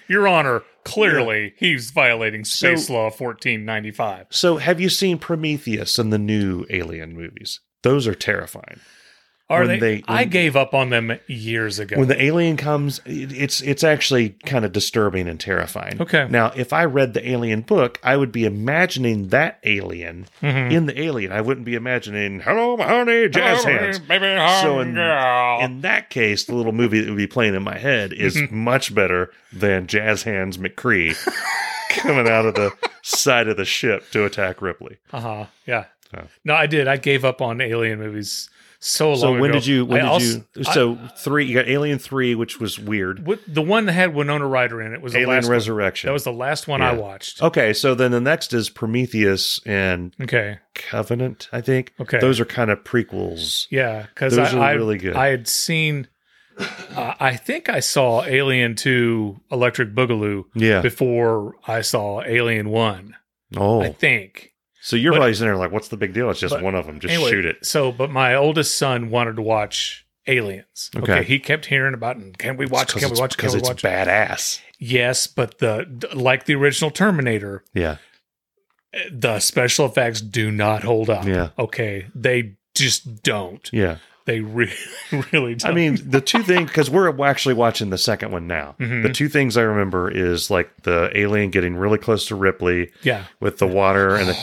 B: Your Honor, clearly he's violating Space
A: So-
B: Law 1495.
A: So, have you seen Prometheus and the new Alien movies? Those are terrifying.
B: Are
A: When
B: they?
A: they-
B: I
A: when-
B: gave up on them years ago.
A: When the alien comes, it- it's it's actually kind of disturbing and terrifying.
B: Okay.
A: Now, if I read the Alien book, I would be imagining that alien
B: Mhm.
A: in the Alien. I wouldn't be imagining "Hello, my honey, jazz hands."
B: Baby, home
A: So in-
B: girl.
A: in that case, the little movie that would be playing in my head is much better than Jazz Hands McCree coming out of the side of the ship to attack Ripley.
B: Uh-huh. Yeah.
A: So-
B: No, I did. I gave up on alien movies so long
A: So when
B: ago.
A: did you? When
B: I
A: did
B: also-
A: you?
B: I-
A: So three. You got Alien Three, which was weird.
B: what- the one that had Winona Ryder in it was the
A: Alien
B: last one.
A: Resurrection.
B: That was the last one I
A: Yeah.
B: watched.
A: okay. So then the next is Prometheus and
B: Okay.
A: Covenant. I think.
B: Okay.
A: Those are kind of prequels.
B: Yeah, because
A: Those
B: I,
A: are
B: I-
A: really good.
B: I had seen. Uh, I think I saw Alien Two, Electric Boogaloo,
A: Yeah.
B: before I saw Alien One.
A: Oh.
B: I think.
A: so you're
B: but-
A: probably sitting there like, what's the big deal? It's just
B: but-
A: one of them. Just
B: Anyway,
A: shoot it.
B: So, but my oldest son wanted to watch Aliens. Okay,
A: Okay.
B: he kept hearing about it. and, Can we watch? Can we watch? Can
A: Because
B: we
A: it's
B: watch?
A: badass.
B: Yes, but the d- like the original Terminator,
A: Yeah.
B: the special effects do not hold up.
A: Yeah.
B: Okay, they just don't.
A: Yeah.
B: They re- really don't.
A: I mean, the two things because we're actually watching the second one now.
B: Mhm.
A: The two things I remember is like the alien getting really close to Ripley
B: yeah.
A: with the water and the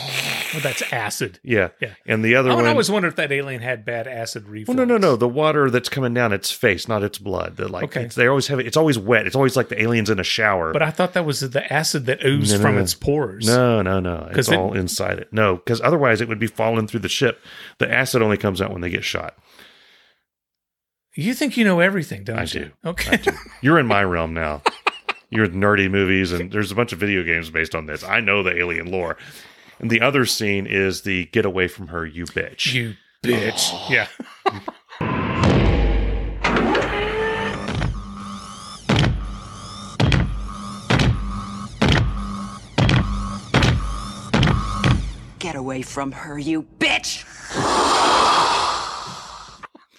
B: Well, that's acid.
A: yeah,
B: Yeah.
A: and the other
B: Oh,
A: one.
B: and I always wondered if that alien had bad acid reflux.
A: well, no, no, no. The water that's coming down its face, not its blood. They're like
B: Okay.
A: it's, they always have. it- It's always wet. It's always like the aliens in a shower.
B: But I thought that was the acid that oozed
A: No, no,
B: from
A: no.
B: its pores.
A: no, no, no.
B: 'Cause
A: It's
B: it-
A: all inside it. No, because otherwise it would be falling through the ship. The acid only comes out when they get shot.
B: You think you know everything, don't
A: I
B: you?
A: do.
B: Okay.
A: You're in my realm now. You're with nerdy movies, and there's a bunch of video games based on this. I know the alien lore. And the other scene is the get away from her, you bitch.
B: you bitch. Yeah.
G: Get away from her, you bitch!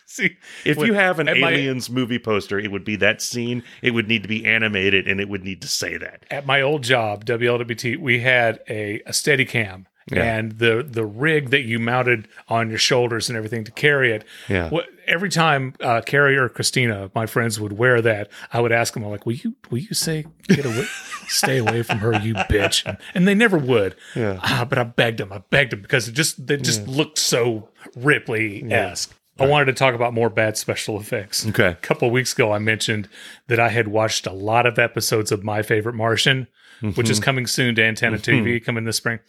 B: See,
A: if you have an
B: at my-
A: aliens movie poster, it would be that scene. It would need to be animated, and it would need to say that.
B: at my old job, WLWT, we had a, a steady cam
A: Yeah.
B: and the, the rig that you mounted on your shoulders and everything to carry it.
A: Yeah.
B: What, every time uh, Carrie or Christina, my friends, would wear that, I would ask them, I'm like, will you, will you say, get away, stay away from her, you bitch? And they never would.
A: Yeah.
B: Ah, but I begged them. I begged them because it just, they just looked so Ripley esque. I wanted to talk about more bad special effects.
A: Okay.
B: A couple of weeks ago, I mentioned that I had watched a lot of episodes of My Favorite Martian, which is coming soon to Antenna TV, coming this spring.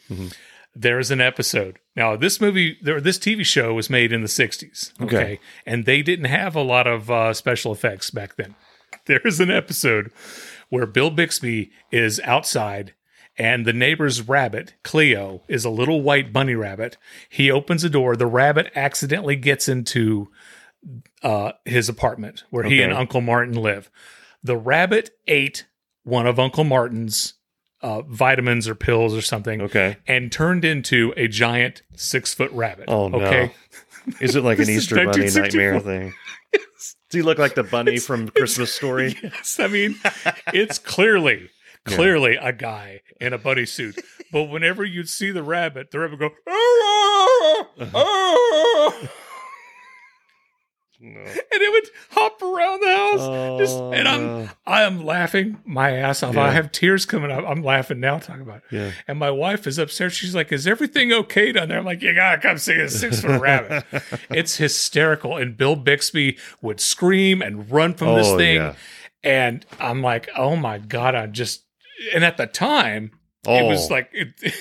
B: There is an episode. Now, this movie, there, this TV show was made in the 60s. Okay.
A: Okay.
B: And they didn't have a lot of uh, special effects back then. There is an episode where Bill Bixby is outside and the neighbor's rabbit, Cleo, is a little white bunny rabbit. He opens a door. The rabbit accidentally gets into uh, his apartment where he and
A: Okay.
B: Uncle Martin live. The rabbit ate one of Uncle Martin's uh, vitamins or pills or something
A: Okay.
B: and turned into a giant six foot rabbit.
A: Oh, no. Is it like an
B: This is
A: Easter Bunny
B: 1964.
A: nightmare thing? Do you look like the bunny from Christmas Story?
B: Yes, I mean, it's clearly, clearly a guy in a bunny suit. But whenever you'd see the rabbit, the rabbit would go, "Ah,
A: Uh-huh.
B: ah."
A: No.
B: and it would hop around the house. just,
A: Oh,
B: and I'm,
A: no.
B: I am laughing my ass off. I
A: Yeah.
B: have tears coming up. I'm laughing now talking about it.
A: Yeah.
B: And my wife is upstairs. She's like, "Is everything okay down there?" I'm like, "You gotta come see a six foot rabbit. It's hysterical." And Bill Bixby would scream and run from this
A: Oh,
B: thing.
A: yeah.
B: And I'm like, "Oh my god!" I just and at the time, it
A: Oh.
B: was like, it, it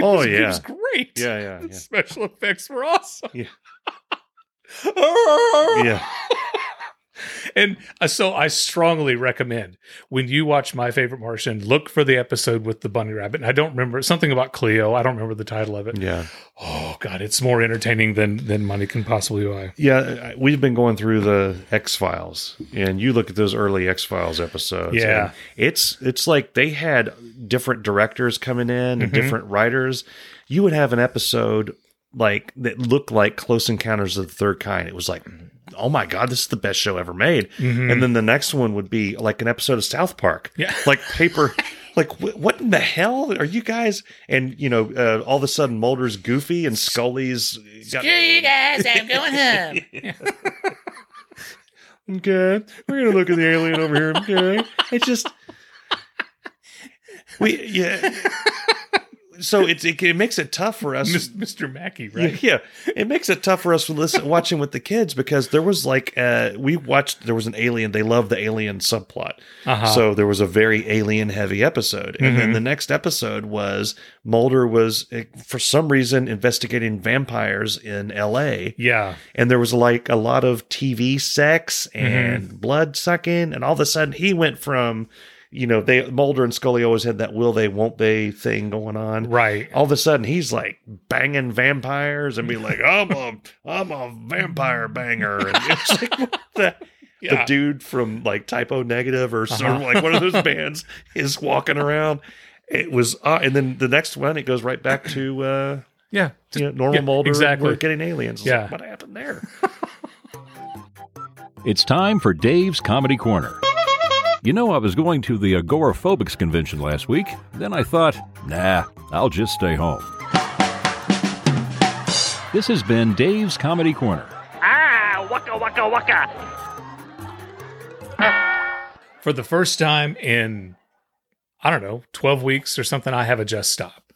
A: Oh,
B: was, it
A: yeah.
B: was great.
A: Yeah, yeah,
B: The
A: yeah.
B: special effects were awesome.
A: Yeah.
B: yeah.
A: Yeah.
B: And uh, so I strongly recommend when you watch My Favorite Martian, look for the episode with the bunny rabbit. And I don't remember something about Cleo. I don't remember the title of it.
A: Yeah.
B: Oh God, it's more entertaining than than money can possibly buy.
A: Yeah, I- we've been going through the X Files, and you look at those early X Files episodes.
B: Yeah.
A: and it's it's like they had different directors coming in and
B: Mm-hmm.
A: different writers. You would have an episode like that looked like Close Encounters of the Third Kind. It was like, oh my god, this is the best show ever made. And then the next one would be like an episode of South Park.
B: Mm-hmm. Yeah.
A: like paper. Like wh- what in the hell are you guys? And you know, uh, all of a sudden, Mulder's goofy and Scully's got, Okay. We're gonna look at the alien over here. Okay. It's just we yeah. So it's it, it makes it tough for us.
B: Mis- Mr. Mackey,
A: Yeah,
B: right?
A: yeah, it makes it tough for us to listen watching with the kids because there was like uh we watched there was an alien they love the alien subplot so there was a very alien heavy episode and then the next episode was Mulder was eh, for some reason investigating vampires in L.A
B: Yeah.
A: and there was like a lot of TV sex
B: Mm-hmm.
A: and blood sucking, and all of a sudden he went from, you know, they Mulder and Scully always had that will they won't they thing going on,
B: Right.
A: All of a sudden he's like banging vampires and be like, I'm a I'm a vampire banger, and it's like what the.
B: Yeah. Uh-huh.
A: The dude from like Typo Negative or sort of like one of those bands is walking around. It was, uh, and then the next one it goes right back to uh,
B: Yeah.
A: you know, normal
B: Yeah,
A: Mulder.
B: exactly.
A: We're getting aliens. It's
B: Yeah.
A: like, what happened there?
E: It's time for Dave's Comedy Corner. You know, I was going to the Agoraphobics convention last week. Then I thought, nah, I'll just stay home. This has been Dave's Comedy Corner.
B: For the first time in I don't know, 12 weeks or something, I have a just stop.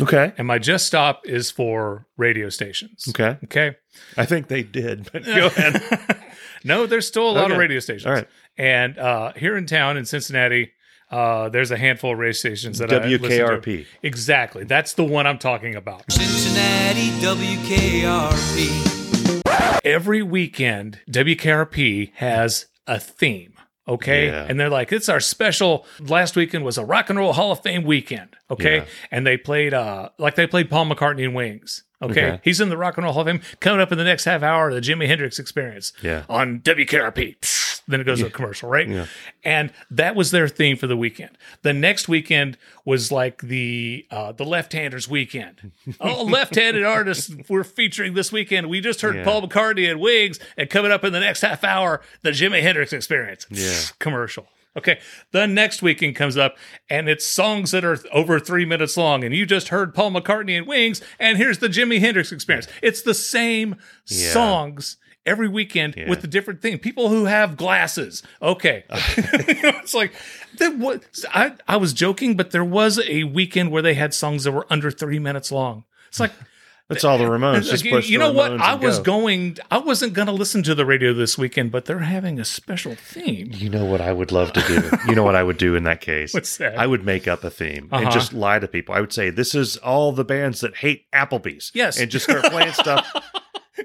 A: Okay.
B: And my just stop is for radio stations.
A: Okay.
B: Okay.
A: I think they did, but go ahead.
B: no, there's still a lot of
A: Okay.
B: radio stations.
A: All right.
B: And uh, here in town in Cincinnati, uh, there's a handful of radio stations that I listen to.
A: WKRP.
B: Exactly. That's the one I'm talking about.
H: Cincinnati WKRP.
B: Every weekend, WKRP has a theme. Okay.
A: Yeah.
B: And they're like, it's our special. Last weekend was a rock and roll Hall of Fame weekend. Okay.
A: Yeah.
B: And they played, uh, like they played Paul McCartney and Wings. Okay?
A: Okay.
B: He's in the Rock and Roll Hall of Fame. Coming up in the next half hour, the Jimi Hendrix experience
A: Yeah.
B: on WKRP. Then it goes to a commercial, right? And that was their theme for the weekend. The next weekend was like the uh, the left handers weekend. All left handed artists we're featuring this weekend. We just heard
A: Yeah.
B: Paul McCartney and Wigs, and coming up in the next half hour, the Jimi Hendrix experience
A: Yeah.
B: commercial. Okay, the next weekend comes up, and it's songs that are th- over three minutes long. And you just heard Paul McCartney and Wings, and here's the Jimi Hendrix experience. It's the same
A: Yeah.
B: songs every weekend
A: Yeah.
B: with a different thing. People who have glasses. Okay, it's like that. What I I was joking, but there was a weekend where they had songs that were under three minutes long. It's like.
A: That's all the Ramones. Oh, Just
B: you,
A: push
B: you
A: the
B: know what?
A: Ramones
B: I
A: and
B: was
A: go.
B: going. I wasn't going to listen to the radio this weekend, but they're having a special theme.
A: You know what I would love to do? You know what I would do in that case?
B: What's that?
A: I would make up a theme and
B: Uh-huh.
A: just lie to people. I would say, this is all the bands that hate Applebee's.
B: Yes.
A: And just start playing stuff.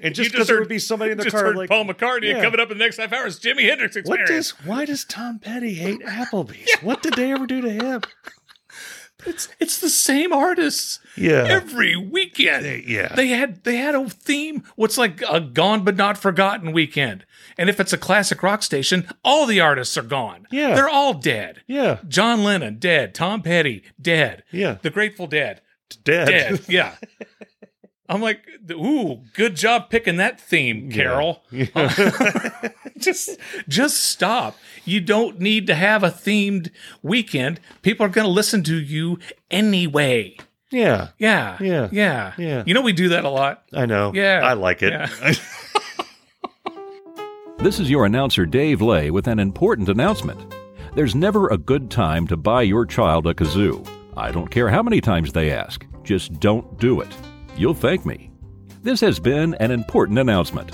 A: And just
B: just
A: because there
B: heard-
A: would be somebody in the
B: just
A: car
B: heard
A: like,
B: Paul McCartney and
A: Yeah.
B: coming up in the next half hour is Jimi Hendrix
A: what
B: experience.
A: does, why does Tom Petty hate Applebee's? What did they ever do to him?
B: It's it's the same artists.
A: Yeah.
B: Every weekend.
A: They- yeah.
B: They had they had a theme. What's like a gone but not forgotten weekend. And if it's a classic rock station, all the artists are gone.
A: Yeah.
B: They're all dead.
A: Yeah.
B: John Lennon dead. Tom Petty dead.
A: Yeah.
B: The Grateful Dead
A: Dead.
B: dead. Yeah. I'm like, ooh, good job picking that theme, Carol. just just stop. You don't need to have a themed weekend. People are gonna listen to you anyway.
A: Yeah.
B: Yeah.
A: Yeah.
B: Yeah.
A: Yeah.
B: You know we do that a lot.
A: I know.
B: Yeah.
A: I like it.
B: Yeah.
E: This is your announcer, Dave Lay, with an important announcement. There's never a good time to buy your child a kazoo. I don't care how many times they ask, just don't do it. You'll thank me. This has been an important announcement.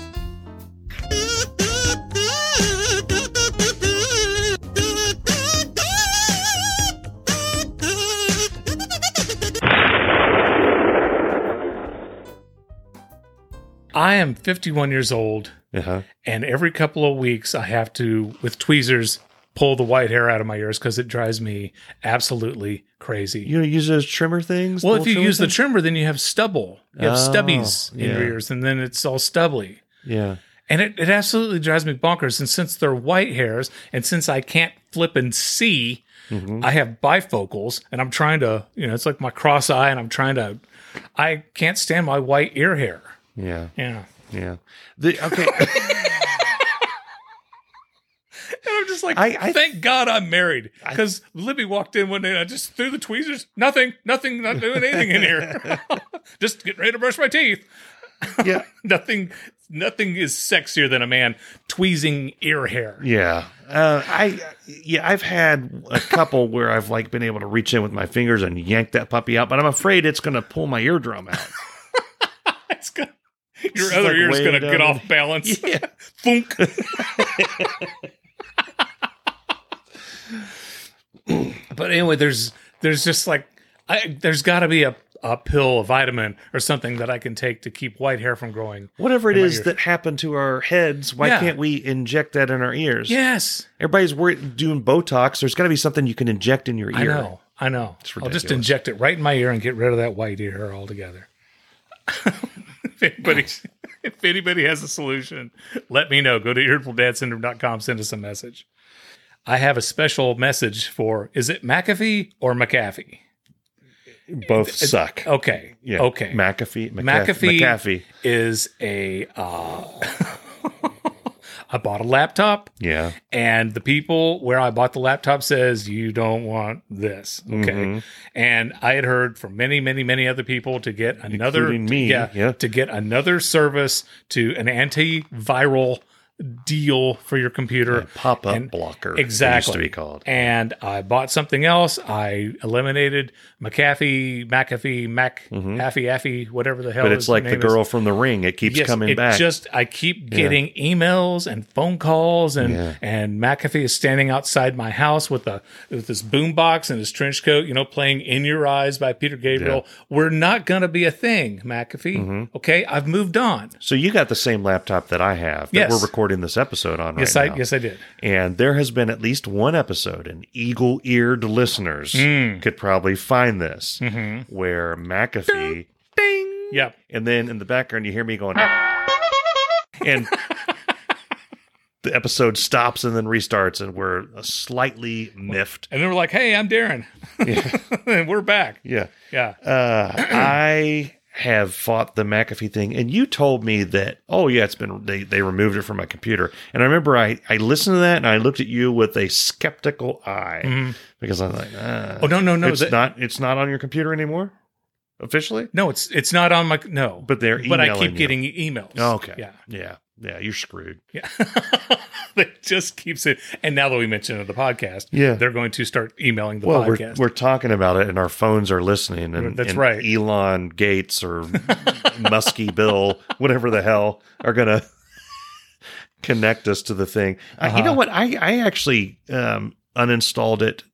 B: I am 51 years old,
A: uh-huh.
B: and every couple of weeks I have to, with tweezers, pull the white hair out of my ears because it drives me absolutely crazy.
A: You use those trimmer things?
B: Well, if
A: little
B: you use the
A: things?
B: trimmer, then you have stubble. You have
A: Oh,
B: stubbies in your
A: yeah.
B: ears, and then it's all stubbly.
A: Yeah.
B: And it, it absolutely drives me bonkers. And since they're white hairs, and since I can't flip and see,
A: Mm-hmm.
B: I have bifocals, and I'm trying to, you know, it's like my cross eye, and I'm trying to, I can't stand my white ear hair.
A: Yeah.
B: Yeah.
A: Yeah. The, okay.
B: And I'm just like,
A: I- I-
B: thank God I'm married. Because Libby walked in one day and I just threw the tweezers. Nothing, nothing, not doing anything in here. just getting ready to brush my teeth.
A: yeah.
B: nothing nothing is sexier than a man tweezing ear hair.
A: Yeah. Uh, I yeah, I've had a couple where I've like been able to reach in with my fingers and yank that puppy out, but I'm afraid it's going to pull my eardrum out.
B: It's gonna, your
A: is
B: other
A: like
B: ear's
A: way
B: gonna
A: down
B: get
A: in-
B: off balance.
A: Yeah.
B: Funk. but anyway, there's there's just like I, there's got to be a a pill, a vitamin, or something that I can take to keep white hair from growing.
A: Whatever it
B: In my
A: is
B: ear.
A: that happened to our heads, why
B: Yeah.
A: can't we inject that in our ears?
B: Yes,
A: Everybody's worried doing Botox. There's got to be something you can inject in your ear.
B: I know, I know. I'll just
A: ridiculous.
B: inject it right in my ear and get rid of that white ear hair altogether. if anybody if anybody has a solution, let me know. Go to irritabledadsyndrome.com, send us a message. I have a special message for is it McAfee or McAfee?
A: Both suck.
B: Okay.
A: yeah.
B: oh, Okay.
A: McAfee. McAfee.
B: McAfee,
A: McAfee.
B: is a uh I bought a laptop
A: Yeah.
B: and the people where I bought the laptop says you don't want this. Okay.
A: Mm-hmm.
B: And I had heard from many, many, many other people to get another
A: Including me,
B: yeah,
A: yeah.
B: to get another service to an antiviral deal for your computer.
A: Pop up
B: And-
A: blocker. it Used
B: Exactly.
A: to be called.
B: And I bought something else. I eliminated McAfee, McAfee, Mac, Affy, Affy, whatever the hell.
A: Mm-hmm. But it's
B: his
A: like the
B: name is.
A: girl from the ring. It keeps
B: Yes,
A: coming
B: it
A: back.
B: Just I keep getting emails and phone calls, and
A: Yeah.
B: and McAfee is standing outside my house with a with his boombox and his trench coat, you know, playing "In Your Eyes" by Peter Gabriel. We're not going to be a thing, McAfee.
A: Mm-hmm.
B: Okay, I've moved on.
A: so you got the same laptop that I have that
B: Yes.
A: we're recording this episode on
B: Yes,
A: right
B: I
A: now.
B: yes I did.
A: And there has been at least one episode, and eagle eared listeners
B: Hmm.
A: could probably find this,
B: Mm-hmm.
A: where McAfee,
B: Yeah,
A: and then in the background, you hear me going, and the episode stops and then restarts, and we're slightly miffed.
B: and they were like, "Hey, I'm Darren, and we're back."
A: Yeah.
B: Yeah,
A: Uh, I have fought the McAfee thing, and you told me that. Oh yeah, it's been they they removed it from my computer, and I remember I I listened to that and I looked at you with a skeptical eye because I'm like, ah,
B: Mm-hmm. Oh, no, no, no,
A: it's
B: that-
A: not it's not on your computer anymore, officially.
B: no, it's it's not on my no,
A: But they're
B: but I
A: emailing
B: keep
A: you. Oh,
B: getting emails.
A: Okay,
B: yeah.
A: yeah, yeah, you're screwed.
B: Yeah. that just keeps it. And now that we mentioned it on the podcast,
A: Yeah.
B: they're going to start emailing the
A: Well, we're,
B: podcast.
A: we're talking about it, and our phones are listening, and
B: That's
A: and
B: right.
A: Elon Gates or Muskie Bill, whatever the hell, are gonna connect us to the thing. Uh, you
B: Uh-huh.
A: know what? I I actually um, uninstalled it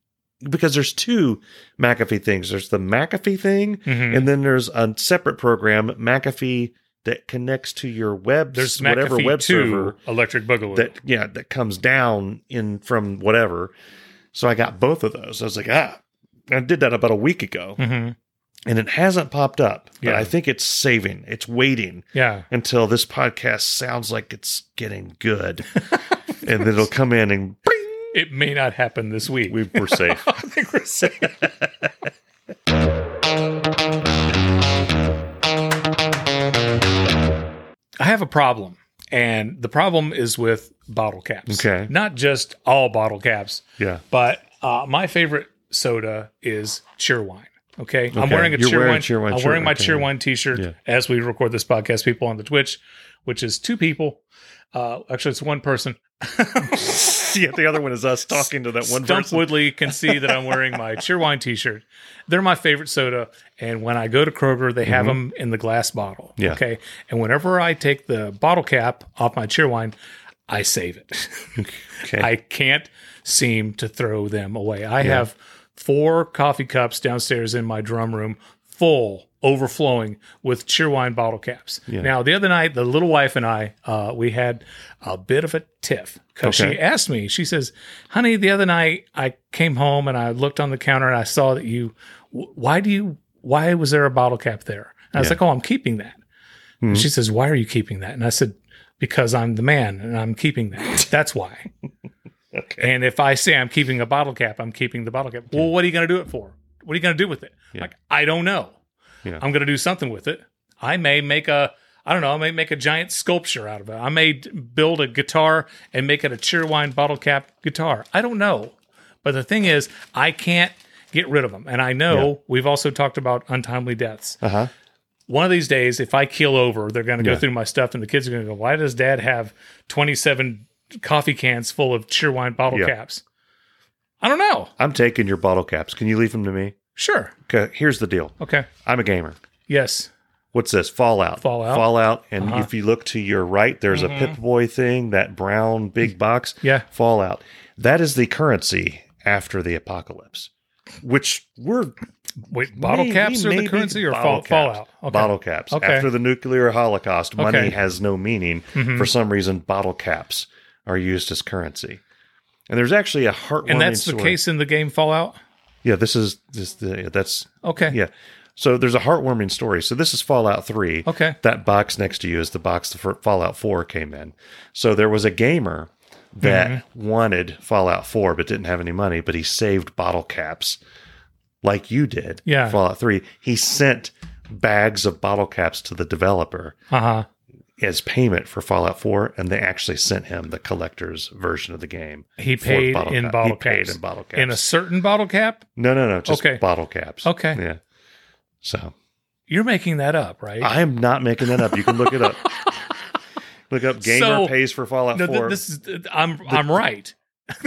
A: because there's two McAfee things. There's the McAfee thing,
B: Mm-hmm.
A: and then there's a separate program McAfee that connects to your web
B: There's
A: whatever
B: McAfee
A: web
B: 2
A: server
B: Electric Boogaloo.
A: that yeah that comes down in from whatever so i got both of those i was like ah I did that about a week ago,
B: Mhm.
A: and it hasn't popped up. But
B: Yeah.
A: I think it's saving. It's waiting
B: Yeah.
A: until this podcast sounds like it's getting good, and then it'll come in and
B: It may not happen this week.
A: we were safe.
B: I think we're safe. I have a problem, and the problem is with bottle caps.
A: Okay.
B: Not just all bottle caps,
A: Yeah.
B: but uh, my favorite soda is Cheerwine. Okay. I'm
A: Okay.
B: wearing a
A: You're wearing
B: Cheerwine.
A: Cheerwine
B: I'm
A: shirt,
B: wearing my
A: okay.
B: Cheerwine t shirt
A: Yeah.
B: as we record this podcast, people on the Twitch, which is two people. Uh, actually, it's one person.
A: yeah, the other one is us talking to that one
B: Stump
A: person.
B: Woodley can see that I'm wearing my Cheerwine T-shirt. They're my favorite soda, and when I go to Kroger, they have them in the glass bottle.
A: Mm-hmm. Yeah.
B: Okay, and whenever I take the bottle cap off my Cheerwine, I save it.
A: Okay.
B: I can't seem to throw them away. I have four coffee cups downstairs in my drum room, full, overflowing with Cheerwine bottle caps. Now, the other night, the little wife and I, uh, we had a bit of a tiff because
A: Okay.
B: she asked me, she says, Honey, the other night I came home and I looked on the counter and I saw that you, wh- why do you, why was there a bottle cap there? And I was like, Oh, I'm keeping that.
A: Hmm.
B: And she says, Why are you keeping that? And I said, Because I'm the man and I'm keeping that. That's why. And if I say I'm keeping a bottle cap, I'm keeping the bottle cap. Well, what are you going to do it for? What are you going to do with it? Like, I don't know. I'm going to do something with it. I may make a, I don't know, I may make a giant sculpture out of it. I may d- build a guitar and make it a cheerwine bottle cap guitar. I don't know. But the thing is, I can't get rid of them. And I know we've also talked about untimely deaths one of these days, if I keel over, they're going to go through my stuff, and the kids are going to go, "Why does Dad have twenty-seven coffee cans full of Cheerwine bottle
A: Yeah.
B: caps?" I don't know.
A: I'm taking your bottle caps. Can you leave them to me?
B: Sure.
A: Okay, here's the deal.
B: Okay.
A: I'm a gamer.
B: Yes.
A: What's this? Fallout.
B: Fallout. Uh-huh. Mm-hmm.
A: Fallout. And if you look to your right, there's a Pip Boy thing, that brown big box.
B: Yeah.
A: Fallout. That is the currency after the apocalypse, which we're
B: Wait, bottle
A: May-
B: caps are
A: maybe
B: the currency, or
A: bottle
B: fall, fallout?
A: caps. Bottle caps.
B: Okay.
A: After the nuclear holocaust, money
B: Okay. Mm-hmm.
A: has no meaning. For some reason, bottle caps are used as currency. And there's actually a heartwarming.
B: and that's the
A: story-
B: case in the game Fallout.
A: Yeah, this is this. The, that's
B: Okay.
A: yeah. So there's a heartwarming story. So this is Fallout 3.
B: Okay.
A: That box next to you is the box the fir- Fallout 4 came in. So there was a gamer that
B: Mm-hmm.
A: wanted Fallout 4 but didn't have any money, but he saved bottle caps like you did.
B: Yeah.
A: Fallout 3. He sent bags of bottle caps to the developer
B: Uh huh.
A: as payment for Fallout 4 and they actually sent him the collector's version of the game.
B: He
A: for
B: paid in
A: cap-
B: bottle
A: he paid
B: caps.
A: in bottle caps.
B: In a certain bottle cap,
A: no, no, no, just
B: Okay.
A: bottle caps.
B: Okay.
A: Yeah. So
B: you're making that up, right?
A: I am not making that up. You can look it up. look up gamer
B: So-
A: pays for Fallout
B: no, th-
A: 4.
B: this is. th- I'm I'm right.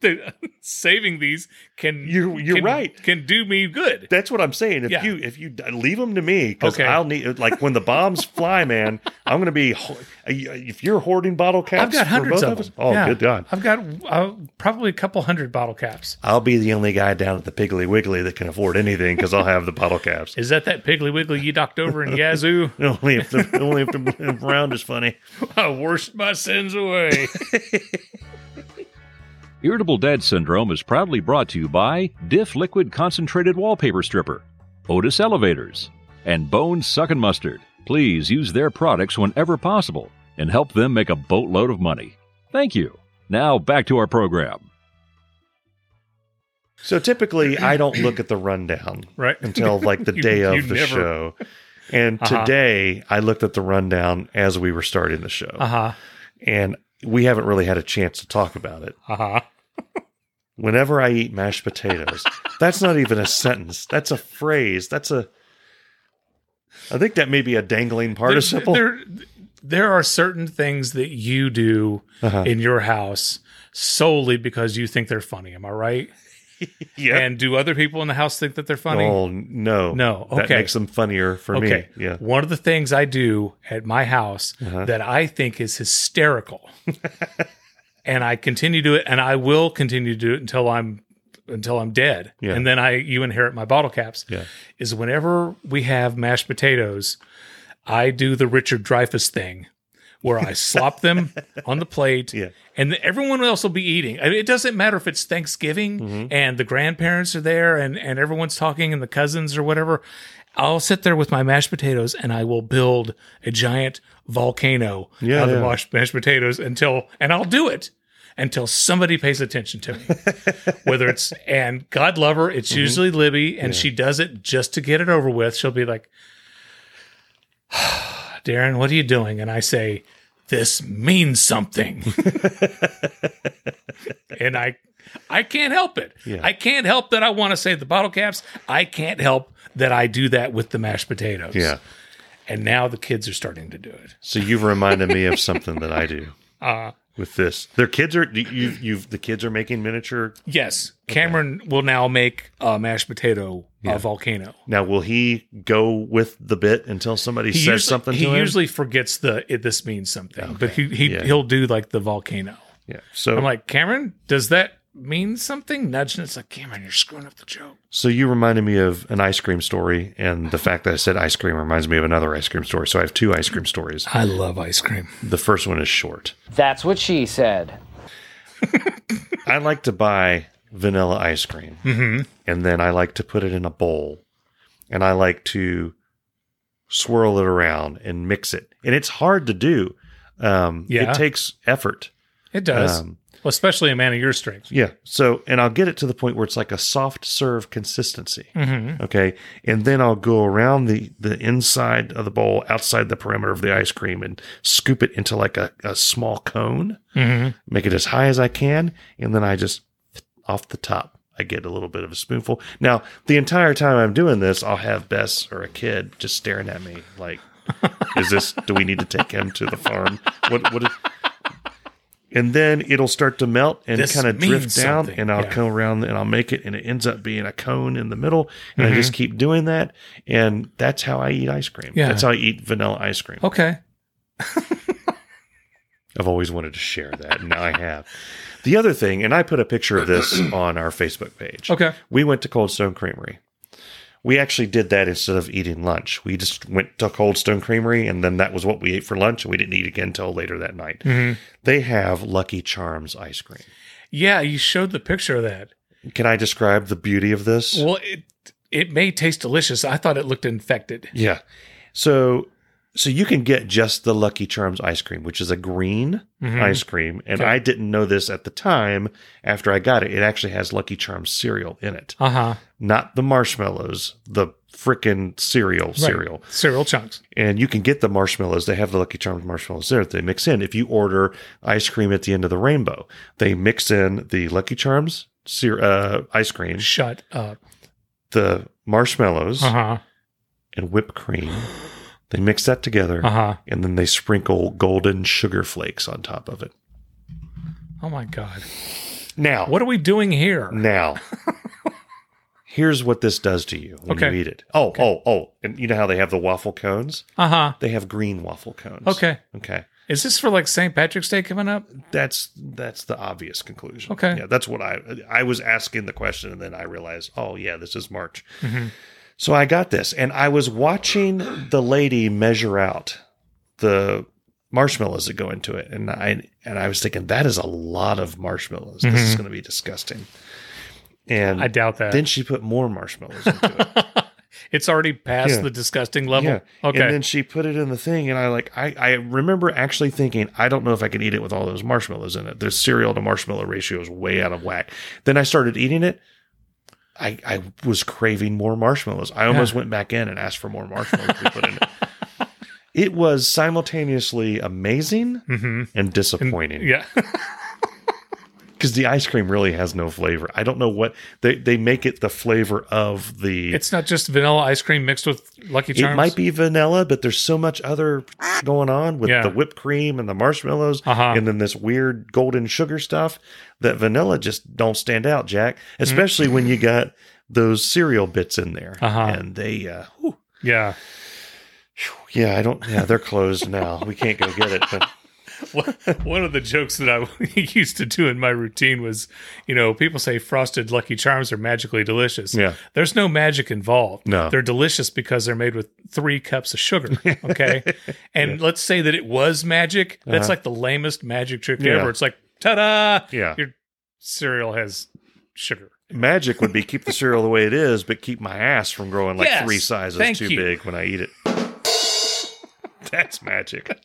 B: The- Saving these can
A: You're- you're
B: can-
A: right.
B: can do me good.
A: That's what I'm saying. If
B: Yeah.
A: you if you d- leave them to me, because
B: Okay.
A: I'll need like when the bombs fly, man. I'm gonna be ho- if you're hoarding bottle caps.
B: I've got
A: for both
B: hundreds of them.
A: us- Oh,
B: Yeah.
A: good god!
B: I've got uh, probably a couple hundred bottle caps.
A: I'll be the only guy down at the Piggly Wiggly that can afford anything because I'll have the bottle caps.
B: Is that that Piggly Wiggly you knocked over in Yazoo?
A: only if the only if the round is funny.
B: I washed my sins away.
E: Irritable Dad Syndrome is proudly brought to you by Diff Liquid Concentrated Wallpaper Stripper, Otis Elevators, and Bone Suckin' Mustard. Please use their products whenever possible and help them make a boatload of money. Thank you. Now back to our program.
A: So typically, I don't look at the rundown
B: Right.
A: until like the
B: You-
A: day
B: you
A: of the
B: never-
A: show. And
B: Uh-huh.
A: today, I looked at the rundown as we were starting the show,
B: Uh huh.
A: and we haven't really had a chance to talk about it.
B: Uh huh.
A: Whenever I eat mashed potatoes, that's not even a sentence. That's a phrase. That's a. I think that may be a dangling participle.
B: There, there are certain things that you do in your house solely because you think they're funny. Am I right?
A: yeah.
B: And do other people in the house think that they're funny?
A: Oh no,
B: No,
A: that
B: okay.
A: makes them funnier for
B: Okay.
A: me. Yeah, Uh-huh.
B: One of the things I do at my house that I think is hysterical, and I continue to do it, and I will continue to do it until I'm until I'm dead,
A: Yeah.
B: and then I you inherit my bottle caps.
A: Yeah.
B: Is whenever we have mashed potatoes, I do the Richard Dreyfuss thing, where I slop them on the plate,
A: Yeah.
B: and then everyone else will be eating. I mean, it doesn't matter if it's Thanksgiving
A: Mm-hmm.
B: and the grandparents are there and and everyone's talking and the cousins or whatever. I'll sit there with my mashed potatoes and I will build a giant volcano
A: Yeah,
B: out of the
A: yeah.
B: mashed, mashed potatoes until and I'll do it until somebody pays attention to me. Whether it's and God love her, it's
A: Mm-hmm.
B: usually Libby, and she does it just to get it over with. She'll be like, Darren, what are you doing? And I say, This means something. and I I can't help it.
A: Yeah.
B: I can't help that I want to say the bottle caps. I can't help that I do that with the mashed potatoes.
A: Yeah.
B: And now the kids are starting to do it.
A: So you've reminded me of something that I do.
B: Uh.
A: with this, their kids are you. You've the kids are making miniature
B: Yes. Cameron will now make a mashed potato a volcano.
A: now. Will he go with the bit until somebody says
B: usually,
A: something?
B: He
A: to him?
B: usually forgets the it, this means something, but he, he
A: Yeah.
B: he'll do like the volcano.
A: yeah. So
B: I'm like Cameron, does that mean something? Nudge, and it's like Cameron, you're screwing up the joke.
A: So you reminded me of an ice cream story, and the fact that I said ice cream reminds me of another ice cream story. So I have two ice cream stories.
B: I love ice cream.
A: The first one is short.
I: That's what she said.
A: I like to buy vanilla ice cream,
B: Mm-hmm.
A: and then I like to put it in a bowl, and I like to swirl it around and mix it. And it's hard to do. Um,
B: Yeah.
A: It takes effort.
B: It does,
A: Um,
B: well, especially a man of your strength.
A: Yeah. So, and I'll get it to the point where it's like a soft serve consistency.
B: Mm-hmm.
A: Okay. And then I'll go around the, the inside of the bowl, outside the perimeter of the ice cream, and scoop it into like a, a small cone,
B: Mm-hmm.
A: make it as high as I can. And then I just off the top, I get a little bit of a spoonful. Now, the entire time I'm doing this, I'll have Bess or a kid just staring at me like, is this, do we need to take him to the farm? What, what is, and then it'll start to melt and
B: This
A: kind of
B: means
A: drift down
B: something.
A: and i'll
B: Yeah.
A: come around and i'll make it and it ends up being a cone in the middle and i
B: Mm-hmm.
A: just keep doing that and that's how i eat ice cream
B: Yeah. Oh.
A: that's how i eat vanilla ice cream
B: Okay,
A: i've always wanted to share that and now i have the other thing and i put a picture of this on our facebook page
B: Okay.
A: we went to cold stone creamery we actually did that instead of eating lunch. We just went to Cold Stone Creamery, and then that was what we ate for lunch, and we didn't eat again until later that night.
B: Mm-hmm.
A: They have Lucky Charms ice cream.
B: yeah, you showed the picture of that.
A: Can I describe the beauty of this?
B: Well, it it may taste delicious. I thought it looked infected.
A: Yeah. So so you can get just the Lucky Charms ice cream, which is a green ice cream, and I didn't know this at the time. After I got it, it actually has Lucky Charms cereal in it,
B: Uh huh.
A: not the marshmallows, the frickin' cereal cereal.
B: cereal chunks.
A: And you can get the marshmallows. They have the Lucky Charms marshmallows there that they mix in. If you order ice cream at the end of the rainbow, they mix in the Lucky Charms cere- uh, ice cream,
B: Shut up.
A: the marshmallows,
B: Uh huh.
A: and whipped cream. They mix that together.
B: Uh huh.
A: and then they sprinkle golden sugar flakes on top of it.
B: Oh my god.
A: Now,
B: What are we doing here?
A: now? here's what this does to you when
B: Okay.
A: you eat it. Oh, oh, oh! And you know how they have the waffle cones?
B: Uh huh.
A: They have green waffle cones.
B: Okay.
A: okay.
B: Is this for like St. Patrick's Day coming up?
A: That's that's the obvious conclusion.
B: Okay.
A: Yeah, that's what I I was asking the question, and then I realized, oh yeah, this is March.
B: Mm-hmm.
A: So I got this, and I was watching the lady measure out the marshmallows that go into it, and I and I was thinking that is a lot of marshmallows. This is going to be disgusting. And
B: Mm-hmm. I doubt that.
A: Then she put more marshmallows into it.
B: It's already past
A: Yeah.
B: the disgusting level.
A: yeah.
B: Okay.
A: And then she put it in the thing, and I like I I remember actually thinking I don't know if I can eat it with all those marshmallows in it. The cereal to marshmallow ratio is way out of whack. Then I started eating it. I, I was craving more marshmallows. I almost went back in and asked for more marshmallows to put in it. It was simultaneously amazing and disappointing
B: Mm-hmm. yeah.
A: because the ice cream really has no flavor. I don't know what they, they make it the flavor of the
B: it's not just vanilla ice cream mixed with Lucky Charms.
A: It might be vanilla, but there's so much other going on with
B: Yeah.
A: the whipped cream and the marshmallows
B: Uh-huh.
A: and then this weird golden sugar stuff that vanilla just don't stand out, Jack,
B: Mm.
A: especially when you got those cereal bits in there.
B: Uh-huh.
A: And they, uh, whew.
B: Yeah.
A: yeah, I don't, yeah, they're closed now. We can't go get it. But
B: One- One of the jokes that I used to do in my routine was, you know, people say frosted Lucky Charms are magically delicious.
A: Yeah.
B: There's no magic involved.
A: No.
B: They're delicious because they're made with three cups of sugar. Okay. and let's say that it was magic. That's like the lamest magic trick
A: Yeah.
B: ever. It's like, ta da.
A: Yeah.
B: Your cereal has sugar.
A: Magic would be keep the cereal the way it is, but keep my ass from growing like
B: Yes,
A: three sizes
B: thank
A: too
B: you.
A: big when I eat it. That's magic.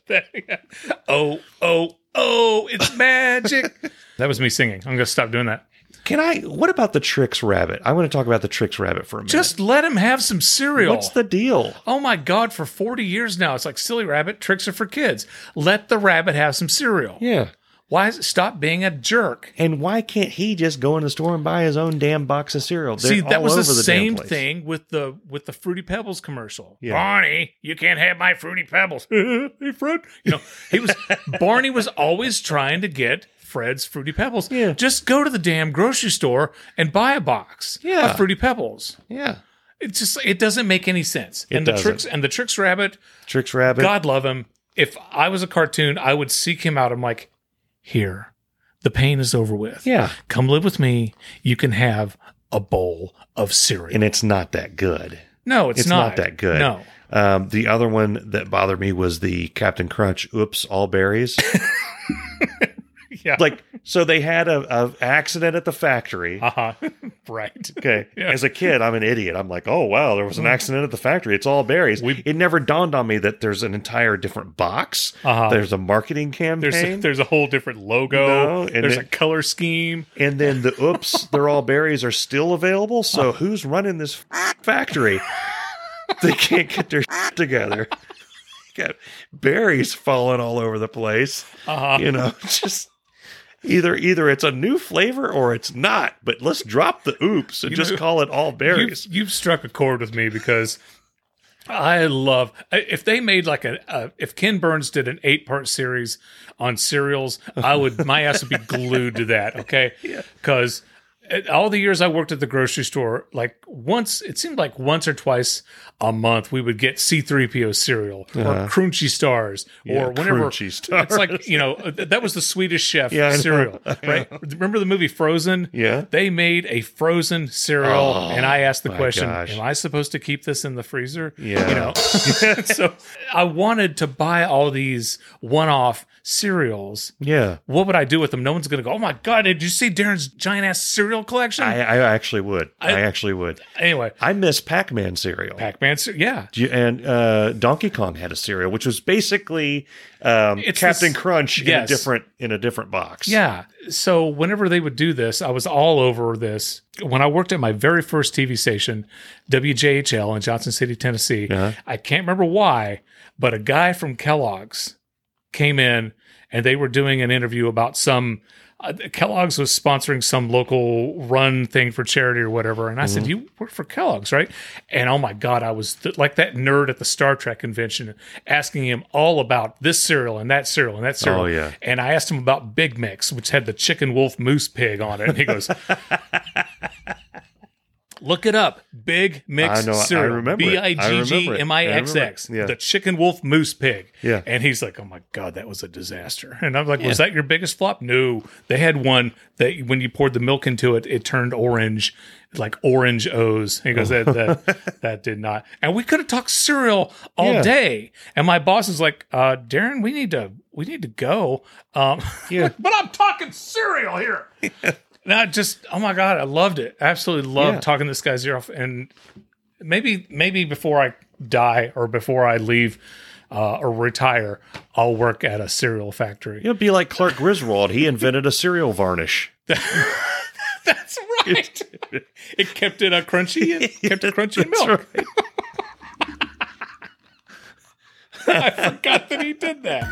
B: oh, oh, oh, it's magic. that was me singing. I'm going to stop doing that.
A: Can I? What about the tricks rabbit? I want to talk about the tricks rabbit for a minute.
B: Just let him have some cereal.
A: what's the deal?
B: Oh my God, for 40 years now, it's like silly rabbit tricks are for kids. Let the rabbit have some cereal.
A: Yeah.
B: Why is it stop being a jerk?
A: And why can't he just go in the store and buy his own damn box of cereal? They're
B: See, that
A: all
B: was the,
A: over damn
B: same
A: place.
B: thing with the with the Fruity Pebbles commercial.
A: Yeah.
B: Barney, you can't have my Fruity Pebbles. hey, Fred. You know, he was Barney was always trying to get Fred's Fruity Pebbles.
A: Yeah.
B: Just go to the damn grocery store and buy a box
A: Yeah.
B: of Fruity Pebbles.
A: Yeah.
B: It just it doesn't make any sense.
A: It
B: and
A: doesn't.
B: the tricks and the tricks rabbit
A: Tricks rabbit.
B: God love him. If I was a cartoon, I would seek him out. I'm like, here, the pain is over with.
A: Yeah.
B: Come live with me. You can have a bowl of cereal.
A: And it's not that good.
B: no, it's,
A: It's not that good.
B: No.
A: Um, the other one that bothered me was the Captain Crunch. Oops, all berries.
B: Yeah.
A: like so, they had a, a accident at the factory.
B: Uh-huh. right.
A: Okay.
B: Yeah. Mm-hmm.
A: As a kid, I'm an idiot. I'm like, oh wow, there was an accident at the factory. It's all berries.
B: We-
A: it never dawned on me that there's an entire different box.
B: Uh-huh.
A: There's a marketing campaign.
B: There's a, there's a whole different logo.
A: No, and
B: there's
A: it-
B: a color scheme.
A: and then the oops, they're all berries are still available.
B: Oh.
A: So who's running this factory? they can't get their together. Got berries falling all over the place.
B: Uh-huh.
A: You know, just either either it's a new flavor or it's not. But let's drop the oops and
B: You
A: just
B: know,
A: call it all berries.
B: You've, you've struck a chord with me because I love if they made like a, a if Ken Burns did an eight part series on cereals, I would my ass would be glued to that. Okay, because. All the years I worked at the grocery store, like once, it seemed like once or twice a month, we would get C3PO cereal or Crunchy Stars or whenever.
A: Uh-huh. Crunchy Stars.
B: It's like, you know, th- that was the Swedish chef
A: Yeah, I know.
B: cereal, right? Remember the movie Frozen?
A: Yeah.
B: They made a frozen cereal,
A: Oh,
B: and I asked the
A: my
B: question,
A: gosh.
B: "Am I supposed to keep this in the freezer?"
A: Yeah.
B: You know. so I wanted to buy all these one-off cereals.
A: yeah.
B: What would I do with them? No one's going to go, "Oh my god, did you see Darren's giant ass cereal collection?"
A: I, I actually would. I,
B: I-
A: actually would.
B: anyway,
A: I miss Pac-Man cereal.
B: Pac-Man, cere- yeah.
A: Do you- and uh, Donkey Kong had a cereal, which was basically um,
B: It's
A: Captain
B: this-
A: Crunch in a
B: yes.
A: different in a different box.
B: Yeah. So whenever they would do this, I was all over this. When I worked at my very first TV station, WJHL in Johnson City, Tennessee, I can't remember why, but a guy from Kellogg's came in and they were doing an interview about some uh, Kellogg's was sponsoring some local run thing for charity or whatever. And I
A: Mm-hmm.
B: said, You work for Kellogg's, right? And oh my God, I was th- like that nerd at the Star Trek convention asking him all about this cereal and that cereal and that cereal.
A: Oh, yeah.
B: And I asked him about Big Mix, which had the chicken wolf moose pig on it. And he goes, Look it up. Big Mix
A: I know, I
B: cereal.
A: remember it.
B: B
A: I
B: I
A: remember
B: G
A: it.
B: G M I X X.
A: I remember it. Yeah.
B: The chicken wolf moose pig.
A: Yeah.
B: And he's like, oh my God, that was a disaster. And I'm like, was that your biggest flop? No. They had one that when you poured the milk into it, it turned orange, like orange O's. He goes, that, that, that did not. And we could have talked cereal all
A: Yeah.
B: day. And my boss is like, uh, Darren, we need to, we need to go. Um,
A: Yeah.
B: but I'm talking cereal here. And I just, oh my God, I loved it. I absolutely loved
A: Yeah.
B: talking this guy's ear off. And maybe, maybe before I die or before I leave uh, or retire, I'll work at a cereal factory.
A: It'd be like Clark Griswold. He invented a cereal varnish.
B: That's right. it kept it uh, crunchy. It kept it crunchy in
A: That's
B: milk. I forgot that he did that.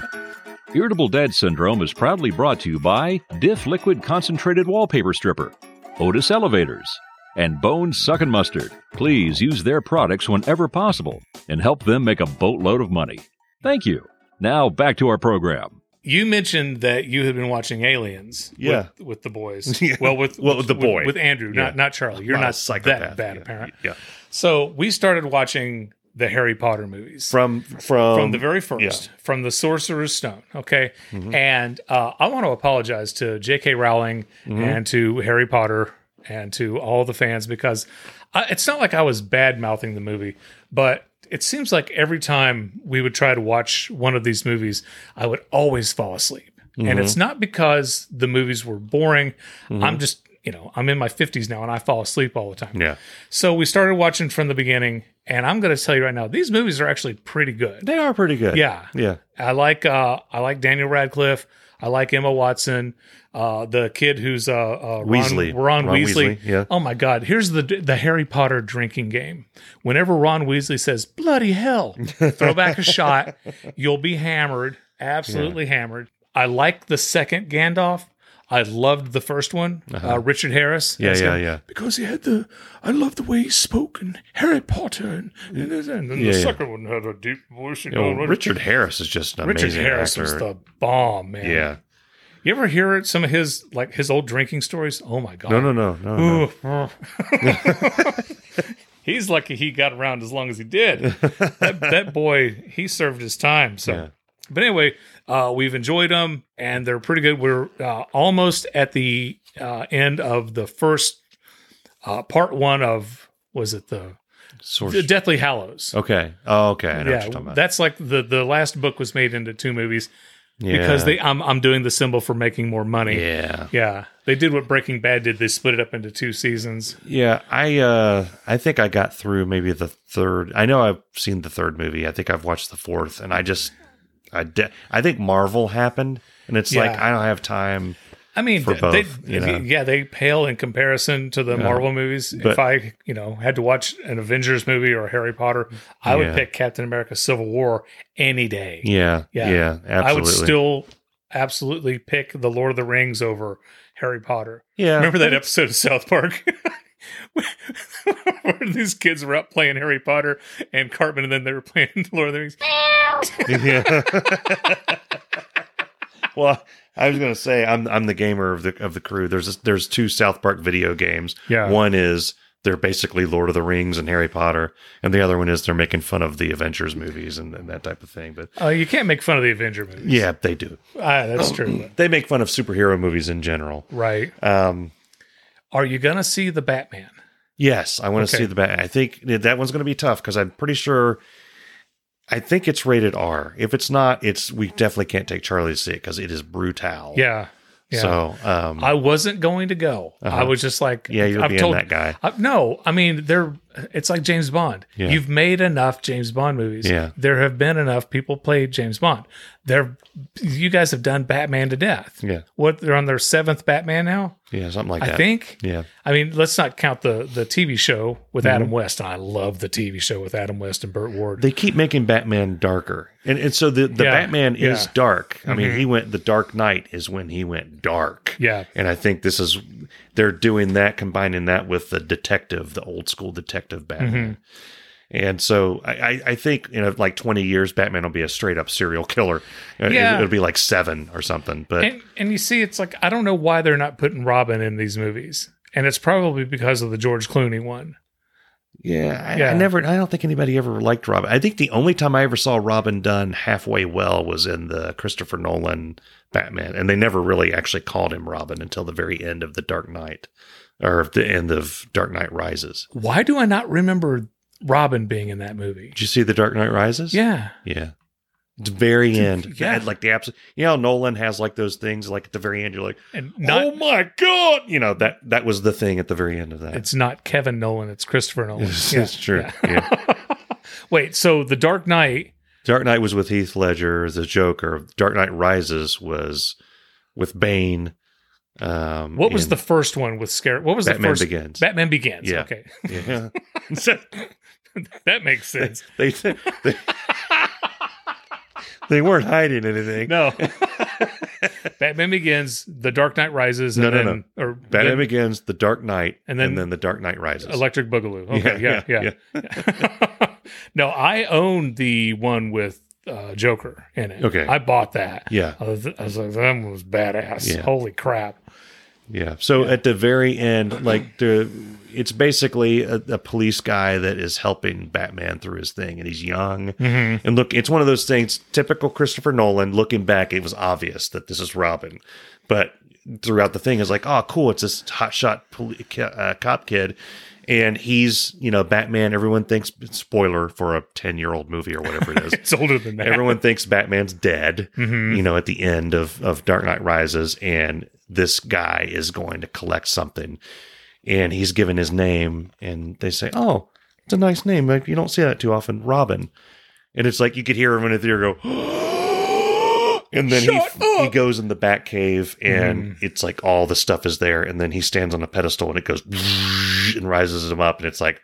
E: Irritable Dad Syndrome is proudly brought to you by Diff Liquid Concentrated Wallpaper Stripper, Otis Elevators, and Bone Suck and Mustard. Please use their products whenever possible and help them make a boatload of money. Thank you. Now back to our program.
B: You mentioned that you had been watching Aliens. with-
A: Yeah.
B: With, the boys. Well, with
A: Well, with the boy.
B: with, Andrew,
A: Yeah.
B: not not Charlie. You're
A: Not a
B: not,
A: psychopath,
B: that bad
A: yeah.
B: apparently.
A: Yeah.
B: So we started watching the Harry Potter movies
A: from from
B: from the very first, from the Sorcerer's Stone. Okay, and uh, I want to apologize to J.K. Rowling and to Harry Potter and to all the fans because I, it's not like I was bad mouthing the movie, but it seems like every time we would try to watch one of these movies, I would always fall asleep. And it's not because the movies were boring. I'm just, you know, I'm in my 50s now and I fall asleep all the time.
A: Yeah.
B: So we started watching from the beginning. And I'm going to tell you right now, these movies are actually pretty good.
A: They are pretty good.
B: Yeah.
A: Yeah.
B: I like uh, I like Daniel Radcliffe. I like Emma Watson. Uh, the kid who's uh, uh Ron,
A: Weasley.
B: Ron,
A: Ron
B: Weasley.
A: Weasley, yeah.
B: Oh my God! Here's the the Harry Potter drinking game. Whenever Ron Weasley says "bloody hell," throw back a shot. You'll be hammered, absolutely hammered. I like the second Gandalf. I loved the first one, uh Richard Harris.
A: Uh-huh. Yeah,
B: That's
A: yeah,
B: him.
A: yeah.
B: Because he had the, I love the way he spoke and Harry Potter and, and, and, then
A: Yeah,
B: the
A: yeah.
B: second one had Oh, a deep voice. And
A: You know,
B: all that.
A: Oh, Richard Harris is just an
B: Richard
A: amazing
B: Harris
A: actor.
B: was the bomb, man.
A: yeah.
B: You ever hear it- some of his like his old drinking stories? Oh my god.
A: No, no, no, no, no.
B: He's lucky he got around as long as he did. that, that boy, he served his time. So,
A: Yeah.
B: but anyway, uh, we've enjoyed them and they're pretty good. We're uh, almost at the uh, end of the first uh, part one of was it the,
A: Source-
B: the Deathly Hallows?
A: okay. Oh, okay. I know what
B: yeah,
A: you're talking about.
B: that's like the the last book was made into two movies
A: yeah.
B: because they I'm I'm doing the symbol for making more money.
A: Yeah.
B: Yeah, they did what Breaking Bad did. They split it up into two seasons.
A: Yeah. I uh I think I got through maybe the third. I know I've seen the third movie. I think I've watched the fourth, and I just I de- I think Marvel happened, and it's like
B: Yeah.
A: I don't have time.
B: I mean,
A: For
B: th- they,
A: both, you
B: if
A: know.
B: you- yeah, they pale in comparison to the Marvel movies. if
A: But-
B: I, you know, had to watch an Avengers movie or a Harry Potter, I
A: Yeah.
B: would pick Captain America: Civil War any day.
A: Yeah. Yeah.
B: Yeah.
A: absolutely.
B: I would still absolutely pick the Lord of the Rings over Harry Potter.
A: Yeah.
B: Remember that episode of South Park? Where these kids were out playing Harry Potter and Cartman, and then they were playing Lord of the Rings.
A: yeah. well, I was gonna say I'm I'm the gamer of the of the crew. There's there's two South Park video games.
B: Yeah.
A: One is they're basically Lord of the Rings and Harry Potter, and the other one is they're making fun of the Avengers movies and, and that type of thing. But
B: Uh, you can't make fun of the Avenger movies.
A: yeah, Oh. they do.
B: Ah, that's true.
A: They make fun of superhero movies in general.
B: right.
A: Um,
B: Are you going to see the Batman?
A: yes, I want to
B: Okay.
A: see the bat. I think that one's gonna be tough because I'm pretty sure. I think it's rated R. If it's not, it's we definitely can't take Charlie to see it because it is brutal.
B: Yeah. Yeah.
A: So um,
B: I wasn't going to go. I was just like,
A: Yeah, you're
B: I've
A: being
B: told-
A: that guy.
B: I, no, I mean, they're, it's like James Bond.
A: Yeah.
B: You've made enough James Bond movies.
A: Yeah.
B: There have been enough people played James Bond. They're, you guys have done Batman to death.
A: Yeah.
B: What, they're on their seventh Batman now?
A: Yeah, something like that.
B: I think.
A: Yeah. Mm-hmm.
B: I mean, let's not count the the TV show with Adam West. And I love the TV show with Adam West and Burt Ward.
A: They keep making Batman darker. And and so the, the
B: Yeah,
A: Batman is
B: yeah. Mm-hmm.
A: dark. I mean, he went the Dark Knight is when he went dark.
B: Yeah.
A: And I think this is they're doing that, combining that with the detective, the old school detective
B: Mm-hmm.
A: Batman. And so I, I, I think in uh, like twenty years, Batman will be a straight up serial killer. Uh,
B: Yeah.
A: It'll be like seven or something. But
B: and and you see, it's like I don't know why they're not putting Robin in these movies, and it's probably because of the George Clooney one.
A: Yeah, I, I
B: Yeah.
A: never. I don't think anybody ever liked Robin. I think the only time I ever saw Robin done halfway well was in the Christopher Nolan Batman, and they never really actually called him Robin until the very end of the Dark Knight, or the end of Dark Knight Rises.
B: Why do I not remember Robin being in that movie?
A: Did you see the Dark Knight Rises?
B: Yeah,
A: yeah. The very end,
B: yeah.
A: yeah. Like the abs. You know, Nolan has like those things. Like at the very end, you're like,
B: and not
A: "Oh my god!" You know that that was the thing at the very end of that.
B: it's not Kevin Nolan, it's Christopher Nolan.
A: It's-
B: Yeah.
A: it's true.
B: Yeah.
A: yeah.
B: Wait, so The Dark Knight?
A: Dark Knight was with Heath Ledger as a Joker. Dark Knight Rises was with Bane. Um,
B: What was
A: and-
B: the first one with Scare? What was the
A: Batman
B: first?
A: Begins.
B: Batman Begins.
A: Yeah.
B: Okay,
A: Yeah.
B: So- that makes sense.
A: they, they, they weren't hiding anything.
B: No. Batman Begins, The Dark Knight Rises,
A: No,
B: and
A: no,
B: then, Or
A: Batman
B: then
A: Begins, The Dark Knight, and
B: And then-
A: then, the Dark Knight Rises.
B: Electric Boogaloo. Okay, yeah, yeah. no, I own the one with uh, Joker in it.
A: Okay.
B: I bought that.
A: Yeah.
B: I was, I was like, that one was badass.
A: Yeah.
B: Holy crap.
A: Yeah. So at the very end, like the, it's basically a, a police guy that is helping Batman through his thing, and he's young. And look, it's one of those things. Typical Christopher Nolan. Looking back, it was obvious that this is Robin, but throughout the thing is like, oh, cool, it's this hotshot poli- ca- uh, cop kid. And he's, you know, Batman. Everyone thinks spoiler for a ten-year-old movie or whatever it is.
B: It's older than that.
A: everyone thinks Batman's dead, you know, at the end of, of Dark Knight Rises, and this guy is going to collect something. And he's given his name, and they say, Oh, it's a nice name. Like, you don't see that too often, Robin. And it's like you could hear him in the theater go, and then he,
B: Shut up!
A: he goes in the Batcave, and it's like all the stuff is there. And then he stands on a pedestal, and it goes and rises him up. And it's like,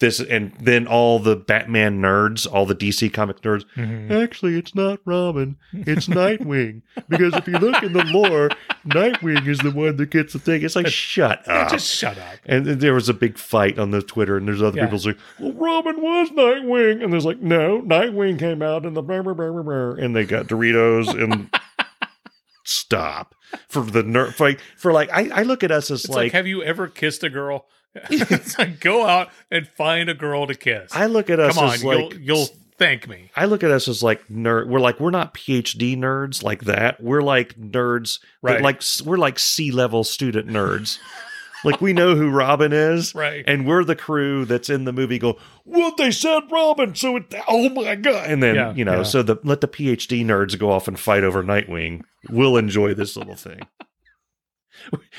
A: this and then all the Batman nerds, all the DC comic nerds, actually it's not Robin, it's Nightwing. Because if you look in the lore, Nightwing is the one that gets the thing. It's like shut up.
B: Just shut up.
A: and then there was a big fight on the Twitter, and there's other
B: Yeah.
A: people saying, "Well, Robin was Nightwing," and there's like, "No, Nightwing came out in the brr, brr, brr, brr, brr," and they got Doritos and stop for the nerd for like, for like I, I look at us as
B: It's like,
A: like
B: have you ever kissed a girl? it's like go out and find a girl to kiss.
A: I look at us
B: Come on,
A: as like
B: you'll you'll thank me.
A: I look at us as like nerd. We're like we're not PhD nerds like that. We're like nerds, that
B: Right.
A: Like we're like C level student nerds. like we know who Robin is,
B: Right.
A: And we're the crew that's in the movie. Go, well, they said Robin, so it, oh my god! And then
B: Yeah,
A: you know,
B: yeah.
A: so the let the PhD nerds go off and fight over Nightwing. We'll enjoy this little thing.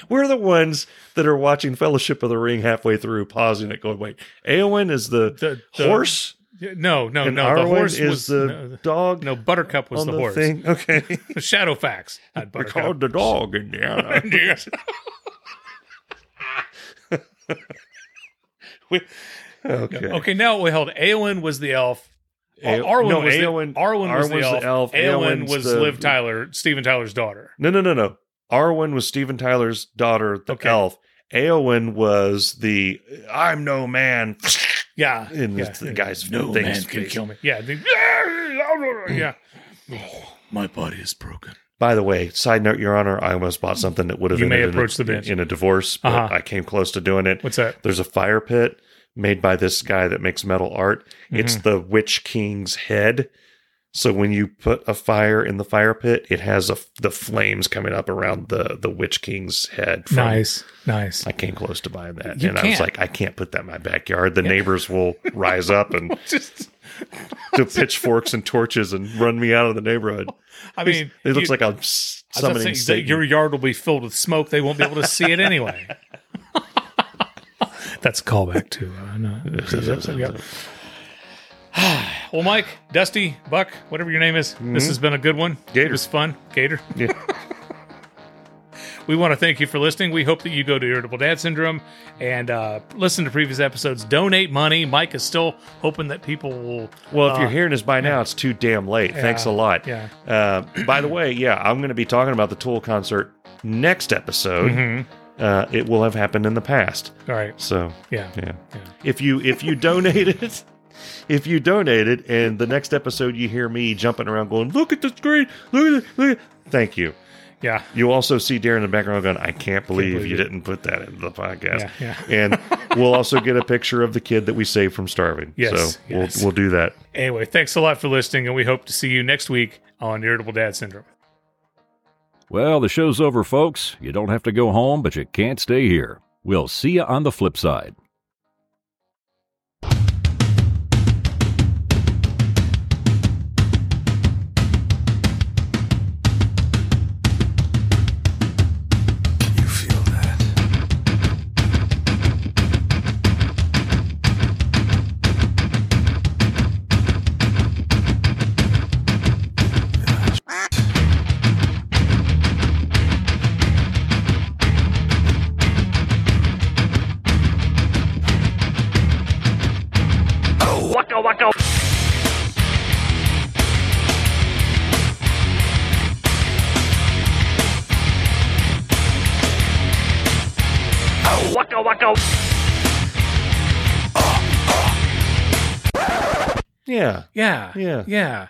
A: We're the ones that are watching Fellowship of the Ring halfway through, pausing it, going, "Wait, Eowyn is the,
B: The- the-
A: horse,
B: No, no,
A: and
B: no.
A: Arwen
B: the horse
A: is
B: was
A: the
B: no,
A: dog."
B: no, Buttercup was
A: on
B: the, horse.
A: Thing. Okay.
B: Shadow facts. Not
A: We
B: Buttercup.
A: called the dog Indiana.
B: Yes.
A: Okay.
B: Okay, now we held Aowen was the elf.
A: A-
B: Arwen,
A: no,
B: was
A: Eowyn-
B: the, Arwen, was
A: Arwen's
B: the elf. Eowyn
A: Eowyn's
B: was
A: the-
B: Liv Tyler, Steven Tyler's daughter.
A: No, no, no, no. Arwen was Steven Tyler's daughter, the
B: Okay.
A: elf. Aowen was the I'm no man.
B: Yeah.
A: In
B: yeah.
A: the guy's no thing.
B: Man can kill me. Yeah. the- yeah.
I: My body is broken.
A: By the way, side note, Your Honor, I almost bought something that would have
B: You
A: ended
B: may
A: in a-
B: approach the bench.
A: in a divorce, but
B: Uh-huh.
A: I came close to doing it.
B: What's that?
A: There's a fire pit made by this guy that makes metal art. It's
B: Mm-hmm.
A: the Witch King's head. So when you put a fire in the fire pit, it has a, the flames coming up around the the Witch King's head. from-
B: Nice. Nice.
A: I came close to buying that,
B: You
A: and I was
B: can't.
A: like, I can't put that in my backyard. The neighbors will rise up and
B: Just,
A: do pitchforks and torches and run me out of the neighborhood.
B: I mean,
A: It looks
B: you-
A: like I'm s-
B: I was about to
A: summoning
B: say,
A: Satan.
B: your yard will be filled with smoke. They won't be able to see it anyway. That's a callback to. Uh, no. Yeah. well, Mike, Dusty, Buck, whatever your name is, this has been a good one. It
A: Gator.
B: was fun. Gator. We want to thank you for listening. We hope that you go to Irritable Dad Syndrome and uh, listen to previous episodes. Donate money. Mike is still hoping that people will.
A: Well, if you're hearing this by now, it's too damn late. Thanks a lot.
B: Uh, yeah.
A: Uh, by the way, yeah, I'm going to be talking about the Tool concert next episode. Uh, it will have happened in the past.
B: All right.
A: So
B: Mm-hmm. Yeah.
A: yeah. If you if you donate it, if you donate it, and the next episode you hear me jumping around going, look at the screen, look at the, look. At, thank you.
B: Yeah.
A: You also see Darren in the background going, I can't believe,
B: believe
A: you
B: it."
A: didn't put that into the podcast.
B: Yeah,
A: And we'll also get a picture of the kid that we saved from starving.
B: Yes,
A: so
B: yes.
A: we'll we'll do that.
B: Anyway, thanks a lot for listening, and we hope to see you next week on Irritable Dad Syndrome.
E: Well, the show's over, folks. You don't have to go home, but you can't stay here. We'll see you on the flip side.
I: You feel that?
A: Yeah.
B: Yeah.
A: Yeah.
B: Yeah.